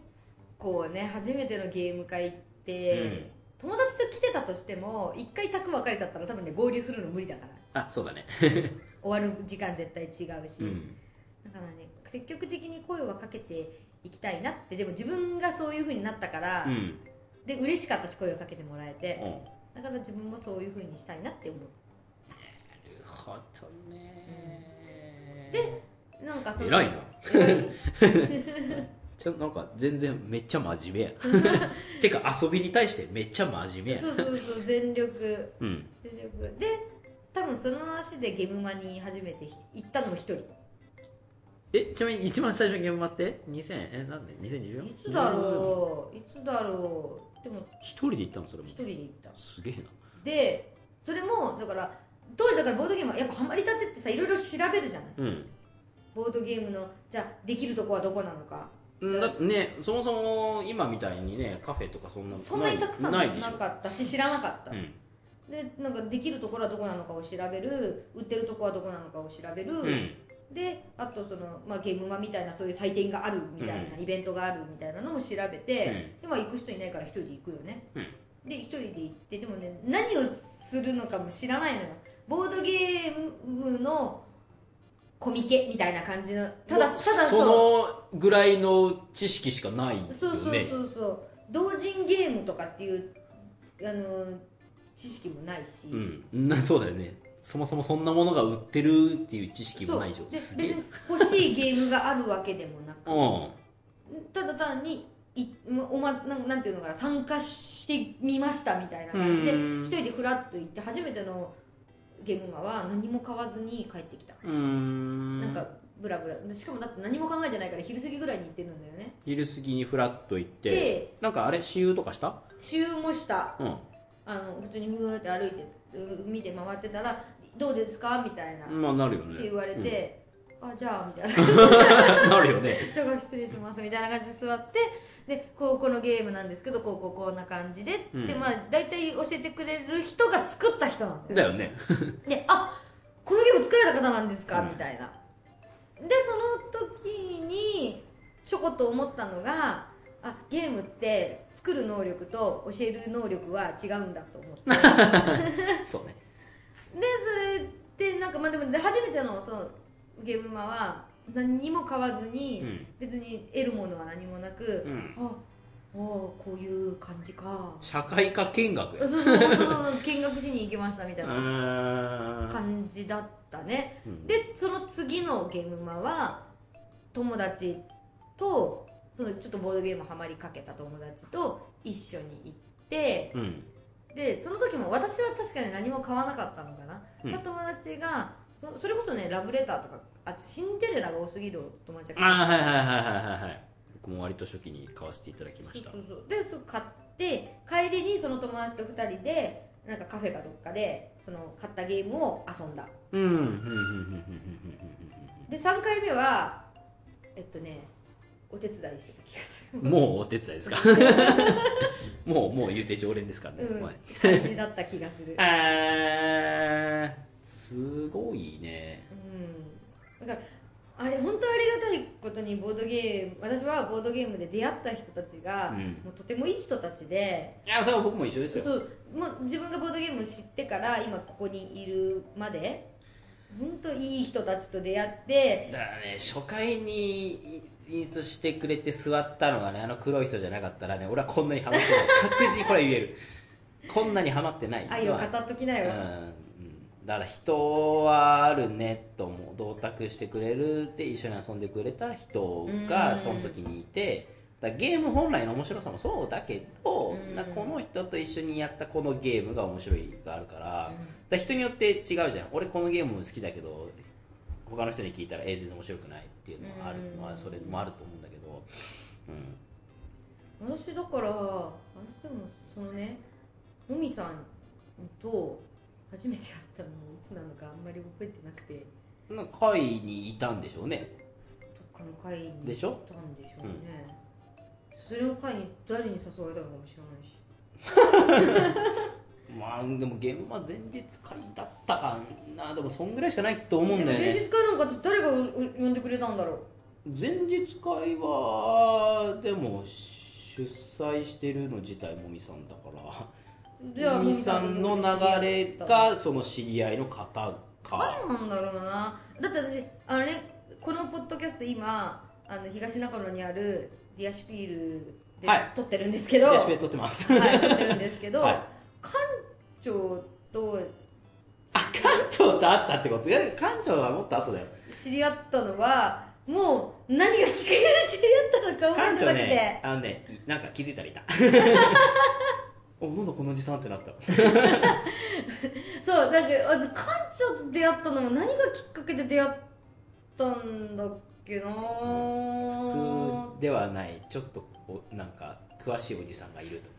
[SPEAKER 2] 構ね初めてのゲーム会って、
[SPEAKER 1] うん
[SPEAKER 2] 友達と来てたとしても一回宅分かれちゃったら多分ね合流するの無理だから
[SPEAKER 1] あそうだね
[SPEAKER 2] 終わる時間絶対違うし、
[SPEAKER 1] うん
[SPEAKER 2] だからね積極的に声はかけていきたいなってでも自分がそういう風になったから、
[SPEAKER 1] うん
[SPEAKER 2] で嬉しかったし声をかけてもらえ
[SPEAKER 1] う
[SPEAKER 2] て
[SPEAKER 1] んな、る
[SPEAKER 2] だから自分もそういう風にしたいなって思う
[SPEAKER 1] ほどね
[SPEAKER 2] でなんかそう
[SPEAKER 1] 偉いな
[SPEAKER 2] 偉 い
[SPEAKER 1] ちょなんか全然めっちゃ真面目や てか遊びに対してめっちゃ真面目や
[SPEAKER 2] そうそうそう全力
[SPEAKER 1] うん
[SPEAKER 2] 全力で多分その足でゲムマに初めて行ったのも一人
[SPEAKER 1] えちなみに一番最初に現場って2000えなんで 2014?
[SPEAKER 2] いつだろういつだろうでも
[SPEAKER 1] 一人で行ったのそれも
[SPEAKER 2] 一人で行った
[SPEAKER 1] すげえな
[SPEAKER 2] でそれもだから当時だからボードゲームはやっぱハマりたてってさいろいろ調べるじゃない
[SPEAKER 1] うん
[SPEAKER 2] ボードゲームのじゃあできるとこはどこなのか
[SPEAKER 1] うんだってねそもそも今みたいにねカフェとかそんなの
[SPEAKER 2] そんなにたくさん
[SPEAKER 1] な
[SPEAKER 2] ない
[SPEAKER 1] でしょ
[SPEAKER 2] かったし知らなかった、
[SPEAKER 1] うん
[SPEAKER 2] でなんかできるところはどこなのかを調べる売ってるとこはどこなのかを調べる、
[SPEAKER 1] うん
[SPEAKER 2] であとその、まあ、ゲームマみたいなそういう祭典があるみたいな、イベントがあるみたいなのも調べて、でまあ、行く人いないから一人で行くよね、で一人で行ってでもね何をするのかも知らないのよボードゲームのコミケみたいな感じのただただ
[SPEAKER 1] そのぐらいの知識しかないよね
[SPEAKER 2] そうそうそうそう同人ゲームとかっていうあの知識もないし、
[SPEAKER 1] うんなそうだよねそもそもそんなものが売ってるっていう知識もないでし
[SPEAKER 2] そう
[SPEAKER 1] ょ
[SPEAKER 2] です
[SPEAKER 1] げえ
[SPEAKER 2] 別に欲しいゲームがあるわけでもなく
[SPEAKER 1] うん
[SPEAKER 2] ただ単にいおまなんなんていうのかな参加してみましたみたいな感じで
[SPEAKER 1] うん
[SPEAKER 2] 一人でフラッと行って初めてのゲームマは何も買わずに帰ってきた、
[SPEAKER 1] うーん
[SPEAKER 2] なんかブラブラしかもだって何も考えてないから昼過ぎぐらいに行ってるんだよね
[SPEAKER 1] 昼過ぎにフラッと行って
[SPEAKER 2] で
[SPEAKER 1] なんかあれ私有とかした
[SPEAKER 2] 注文した
[SPEAKER 1] うん
[SPEAKER 2] あの普通にふわって歩いてう見て回ってたら「どうですか?」みたいな、っ
[SPEAKER 1] まあなるよね
[SPEAKER 2] て言われて「あじゃあ」みたいな
[SPEAKER 1] うん なるよね
[SPEAKER 2] ちょっと失礼しますみたいな感じで座ってでこうこのゲームなんですけどこうこうこんな感じで、
[SPEAKER 1] うん
[SPEAKER 2] でまあ大体教えてくれる人が作った人なんだよ
[SPEAKER 1] だよ ね
[SPEAKER 2] であこのゲーム作られた方なんですか、
[SPEAKER 1] うん
[SPEAKER 2] みたいなでその時にちょこっと思ったのがあゲームって作る能力と教える能力は違うんだと思ってで
[SPEAKER 1] そうね
[SPEAKER 2] そ れってなんかまあでもで初めてのそのゲームマは何にも買わずに、
[SPEAKER 1] うん
[SPEAKER 2] 別に得るものは何もな
[SPEAKER 1] う
[SPEAKER 2] く、
[SPEAKER 1] ん
[SPEAKER 2] ああこういう感じか
[SPEAKER 1] 社会科見学や
[SPEAKER 2] そうそうそうそう見学しに行きましたみたいうな
[SPEAKER 1] ーん
[SPEAKER 2] 感じだったね
[SPEAKER 1] うん
[SPEAKER 2] でその次のゲームマは友達とそのちょっとボードゲームハマりかけた友達と一緒に行って
[SPEAKER 1] うん
[SPEAKER 2] でその時も私は確かに何も買わなかったのかな、
[SPEAKER 1] うん
[SPEAKER 2] た友達がそそれこそねラブレターとかあシンデレラが多すぎる友達が
[SPEAKER 1] ああはいはいはいはいはいはい僕も割と初期に買わせていただきました
[SPEAKER 2] そうそうそうでそう買って帰りにその友達と2人でなんかカフェかどっかでその買ったゲームを遊んだ
[SPEAKER 1] うんうんうんうんうん
[SPEAKER 2] で3回目はえっとねお手伝いしてた気がす
[SPEAKER 1] うんうんもうお手伝いで すかもうもう言うて常連ですからね、
[SPEAKER 2] る、うん
[SPEAKER 1] はい、、
[SPEAKER 2] 感じだった気がする
[SPEAKER 1] あーすごいね
[SPEAKER 2] うん、だからあれ本当ありがたいことにボードゲーム私はボードゲームで出会った人たちが、
[SPEAKER 1] うん
[SPEAKER 2] もうとてもいい人たちで
[SPEAKER 1] いやそれは僕も一緒ですよ
[SPEAKER 2] そうもう自分がボードゲームを知ってから今ここにいるまで本当いい人たちと出会って
[SPEAKER 1] だからね初回にインストしてくれて座ったのがねあの黒い人じゃなかったらね俺はこんなにハマってない確実にこれは言えるこんなにハマってない
[SPEAKER 2] 愛を語っときな
[SPEAKER 1] う
[SPEAKER 2] よ、
[SPEAKER 1] んうんだから人はあるねと思う同卓してくれるって一緒に遊んでくれた人
[SPEAKER 2] う
[SPEAKER 1] が
[SPEAKER 2] ん
[SPEAKER 1] その時にいてだからゲーム本来の面白さもそうだけど
[SPEAKER 2] うん
[SPEAKER 1] だからこの人と一緒にやったこのゲームが面白いがあるから
[SPEAKER 2] うん
[SPEAKER 1] だから人によって違うじゃん俺このゲーム好きだけど他の人に聞いたらえ全然面白くないっていうのもある
[SPEAKER 2] うん
[SPEAKER 1] まあそれもあると思うんだけど、うん、
[SPEAKER 2] 私だから私でもそのねもみさんと初めて会ったのいつなのかあんまり覚えてなくて
[SPEAKER 1] なんか会にいたんでしょうね
[SPEAKER 2] どっかの会に
[SPEAKER 1] でしょ
[SPEAKER 2] 行ったんでしょうね、それの会に誰に誘われたのかも知らないし
[SPEAKER 1] まあでも現場前日会だったかなでもそんぐらいしかないと思うんだよ
[SPEAKER 2] でも前
[SPEAKER 1] ね
[SPEAKER 2] 日会なんか私誰がうう呼んでくれたんだろう
[SPEAKER 1] 前日会はでも出催してるの自体もみさんだから
[SPEAKER 2] では
[SPEAKER 1] もみさんの流れがその知り合いの方か
[SPEAKER 2] 誰なんだろうなだって私あれこのポッドキャスト今あの東中野にあるディアシュピールで
[SPEAKER 1] はい
[SPEAKER 2] 撮ってるんですけど、
[SPEAKER 1] レ
[SPEAKER 2] はい
[SPEAKER 1] シピ撮ってます
[SPEAKER 2] 撮ってるんですけ ど、
[SPEAKER 1] はい
[SPEAKER 2] 館長と
[SPEAKER 1] あ館長と会ったってこといや館長はもっと後だよ
[SPEAKER 2] 知り合ったのはもう何がきっかけで知り合ったのか覚え
[SPEAKER 1] 館
[SPEAKER 2] てな
[SPEAKER 1] 長
[SPEAKER 2] くて、
[SPEAKER 1] ねあのねいなんか気づいたらい たおなんだこのおじさんってなった
[SPEAKER 2] そうなんか私館長と出会ったのも何がきっかけで出会ったんだっけな、
[SPEAKER 1] 普通ではないちょっとおなんか詳しいおじさんがいると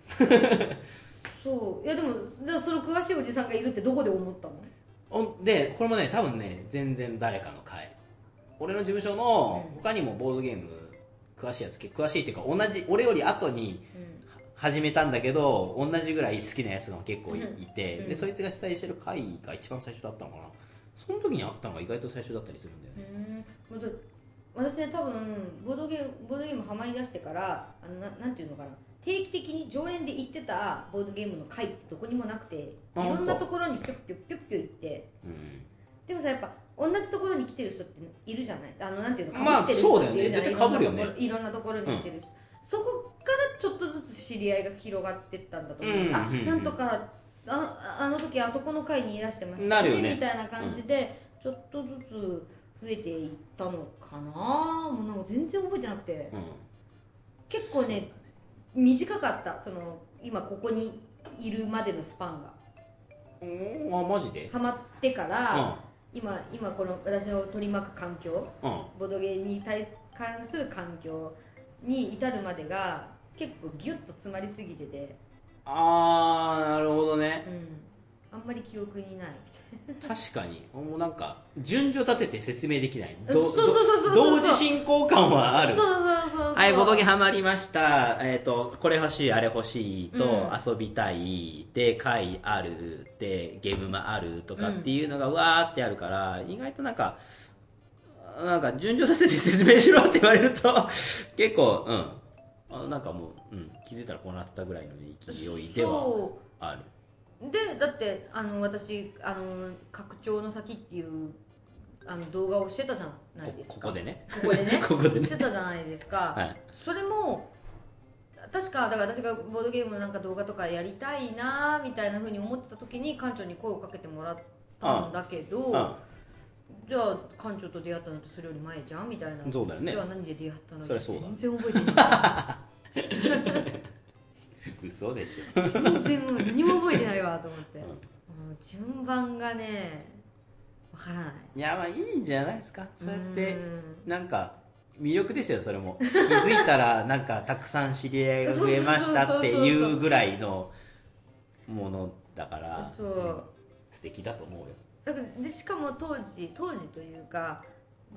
[SPEAKER 2] そういやでもじゃあその詳しいおじさんがいるってどこで思ったの
[SPEAKER 1] おでこれもね多分ね全然誰かの回俺の事務所の
[SPEAKER 2] うん
[SPEAKER 1] 他にもボードゲーム詳しいやつ詳しいっていうか同じ俺より後に
[SPEAKER 2] う
[SPEAKER 1] は始めたんだけど同じぐらい好きなやつが結構い
[SPEAKER 2] うん
[SPEAKER 1] いて、
[SPEAKER 2] うん
[SPEAKER 1] でそいつが主催してる回が一番最初だったのかなその時にあったのが意外と最初だったりするんだよね、
[SPEAKER 2] んもうだ私ね多分ボードゲームボードゲームハマりだしてからあのななんていうのかな定期的に常連で行ってたボードゲームの会ってどこにもなくてい
[SPEAKER 1] あ
[SPEAKER 2] ろんな
[SPEAKER 1] 本当
[SPEAKER 2] ところにぴょっぴょっぴょっぴょ行って
[SPEAKER 1] うん
[SPEAKER 2] でもさやっぱ同じところに来てる人っているじゃないあのなんていうの
[SPEAKER 1] まあ
[SPEAKER 2] かってる人っているじゃない、
[SPEAKER 1] そうだよね絶対被るよね
[SPEAKER 2] いろんなところいろんなところに来てる人、そこからちょっとずつ知り合いが広がってったんだと思う、
[SPEAKER 1] うん
[SPEAKER 2] あ
[SPEAKER 1] うんうん
[SPEAKER 2] なんとかあのあの時あそこの会にいらしてました
[SPEAKER 1] なるよね
[SPEAKER 2] みたいな感じで、ちょっとずつ増えていったのかなもうなんか全然覚えてなくて
[SPEAKER 1] うん、
[SPEAKER 2] 結構ね短かったその今ここにいるまでのスパンが
[SPEAKER 1] おーあマジで
[SPEAKER 2] ハマってか
[SPEAKER 1] う
[SPEAKER 2] ら、
[SPEAKER 1] ん
[SPEAKER 2] 今今この私の取り巻く環境
[SPEAKER 1] うん
[SPEAKER 2] ボドゲーに対関する環境に至るまでが結構ギュッと詰まりすぎてて、
[SPEAKER 1] あーなるほどね
[SPEAKER 2] うん、あんまり記憶にない
[SPEAKER 1] 確かにもうなんか順序立てて説明できない
[SPEAKER 2] そうそうそうそうそう
[SPEAKER 1] 同時進行感はあ
[SPEAKER 2] そ
[SPEAKER 1] る
[SPEAKER 2] うそうそうそう
[SPEAKER 1] はいボドゲハマりましたえっ、とこれ欲しいあれ欲しいと、
[SPEAKER 2] う
[SPEAKER 1] 遊びたいで会あるでゲームもあるとかっていうのがわーってあるから、意外となんかなんか順序立てて説明しろって言われると 結構うんあなんかもう、うん、気づいたらこうなってたぐらいの勢いでは
[SPEAKER 2] そ
[SPEAKER 1] ある
[SPEAKER 2] うでだってあの私あの「拡張の先」っていうあの動画をしてたじゃない
[SPEAKER 1] こ
[SPEAKER 2] ですか
[SPEAKER 1] ここでね
[SPEAKER 2] ここで ね
[SPEAKER 1] ここでね
[SPEAKER 2] してたじゃないですか、
[SPEAKER 1] はい
[SPEAKER 2] それも確かだから私がボードゲームのなんか動画とかやりたいなみたいな風に思ってた時に館長に声をかけてもらったんだけど
[SPEAKER 1] う
[SPEAKER 2] じゃあ館長と出会ったのってそれより前じゃんみたいな
[SPEAKER 1] そうだよね
[SPEAKER 2] じゃあ何で出会ったの
[SPEAKER 1] そりゃそうだ
[SPEAKER 2] 全然覚えてない
[SPEAKER 1] ん嘘でしょ
[SPEAKER 2] 全 然何も覚えてないわと思って、
[SPEAKER 1] うん
[SPEAKER 2] もう順番がねわからない
[SPEAKER 1] いやまあいいんじゃないですかそうやって
[SPEAKER 2] うん
[SPEAKER 1] なんか魅力ですよそれも気づいたらなんかたくさん知り合いが増えましたっていうぐらいのものだから
[SPEAKER 2] そう
[SPEAKER 1] 素敵だと思うよ
[SPEAKER 2] だからでしかも当時当時というか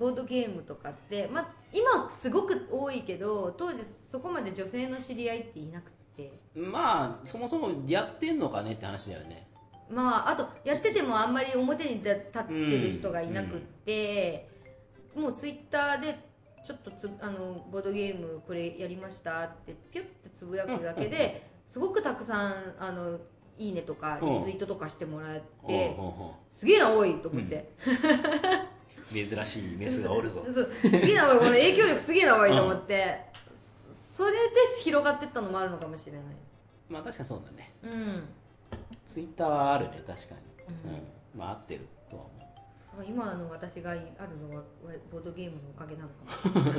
[SPEAKER 2] ボードゲームとかって、まあ、今すごく多いけど当時そこまで女性の知り合いっていなくて
[SPEAKER 1] まあそもそもやってんのかねって話だよね
[SPEAKER 2] まああとやっててもあんまり表に立ってる人がいなくって、もうツイッターでちょっとつあのボードゲームこれやりましたってピュッてつぶやくだけですごくたくさんあのいいねとかリツイートとかしてもらって
[SPEAKER 1] ほうほ
[SPEAKER 2] すげえな多いと思って。
[SPEAKER 1] うほう珍しいメスがおるぞ
[SPEAKER 2] そうすげえなおいこの影響力すげえなおいと思って、そそれで広がってったのもあるのかもしれない
[SPEAKER 1] まあ確かにそうだね
[SPEAKER 2] うん
[SPEAKER 1] ツイッターはあるね確かに、うん
[SPEAKER 2] う
[SPEAKER 1] んまあ合ってるとは思
[SPEAKER 2] 今の私があるのはボードゲームのおかげなのかもし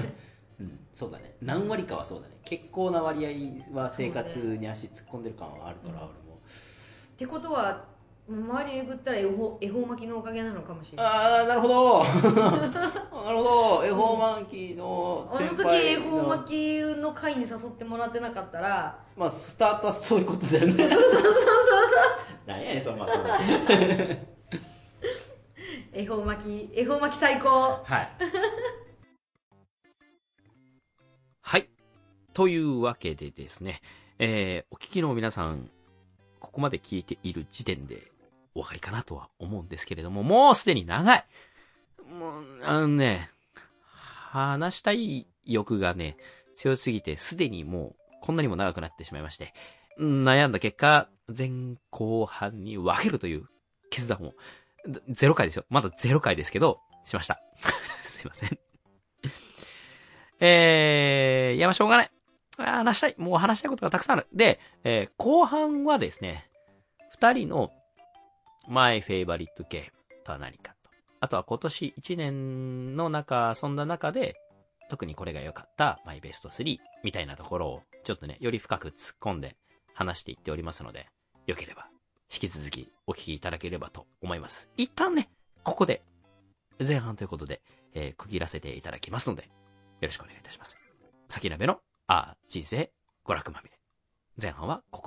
[SPEAKER 1] う、うん、そうだね何割かはそうだね結構な割合は生活に足突っ込んでる感はあるから、
[SPEAKER 2] う
[SPEAKER 1] 俺も
[SPEAKER 2] んれないってことは周りにえぐったら恵方恵方巻きのおかげなのかもしれない
[SPEAKER 1] ああなるほど なるほど恵方巻きの
[SPEAKER 2] あの
[SPEAKER 1] 先
[SPEAKER 2] 時
[SPEAKER 1] 輩
[SPEAKER 2] 恵
[SPEAKER 1] の
[SPEAKER 2] 方巻きの会に誘ってもらってなかったら
[SPEAKER 1] まあスタートはそういうことだよ
[SPEAKER 2] そう
[SPEAKER 1] ね
[SPEAKER 2] そうそうそう
[SPEAKER 1] 何やねんそのまま
[SPEAKER 2] 恵方巻き恵方巻き最高
[SPEAKER 1] はい はいというわけでですねえーお聞きの皆さんここまで聞いている時点でお分かりかなとは思うんですけれどももうすでに長いもうあのね話したい欲がね強すぎてすでにもうこんなにも長くなってしまいまして悩んだ結果、前後半に分けるという決断を、だゼロ回ですよ。まだゼロ回ですけど、しました。 すいません。えー、いや、まあ、しょうがない。あー話したい。もう話したいことがたくさんある。で、えー後半はですね、二人の、マイフェイバリットゲームとは何かと。あとは今年一年の中、遊んだ中で、特にこれが良かった、マイベスト3みたいなところを、ちょっとね、より深く突っ込んで話していっておりますので、良ければ、引き続きお聞きいただければと思います。一旦ね、ここで、前半ということで、えー区切らせていただきますので、よろしくお願いいたします。先鍋の、あー、人生、娯楽まみれ。前半はこ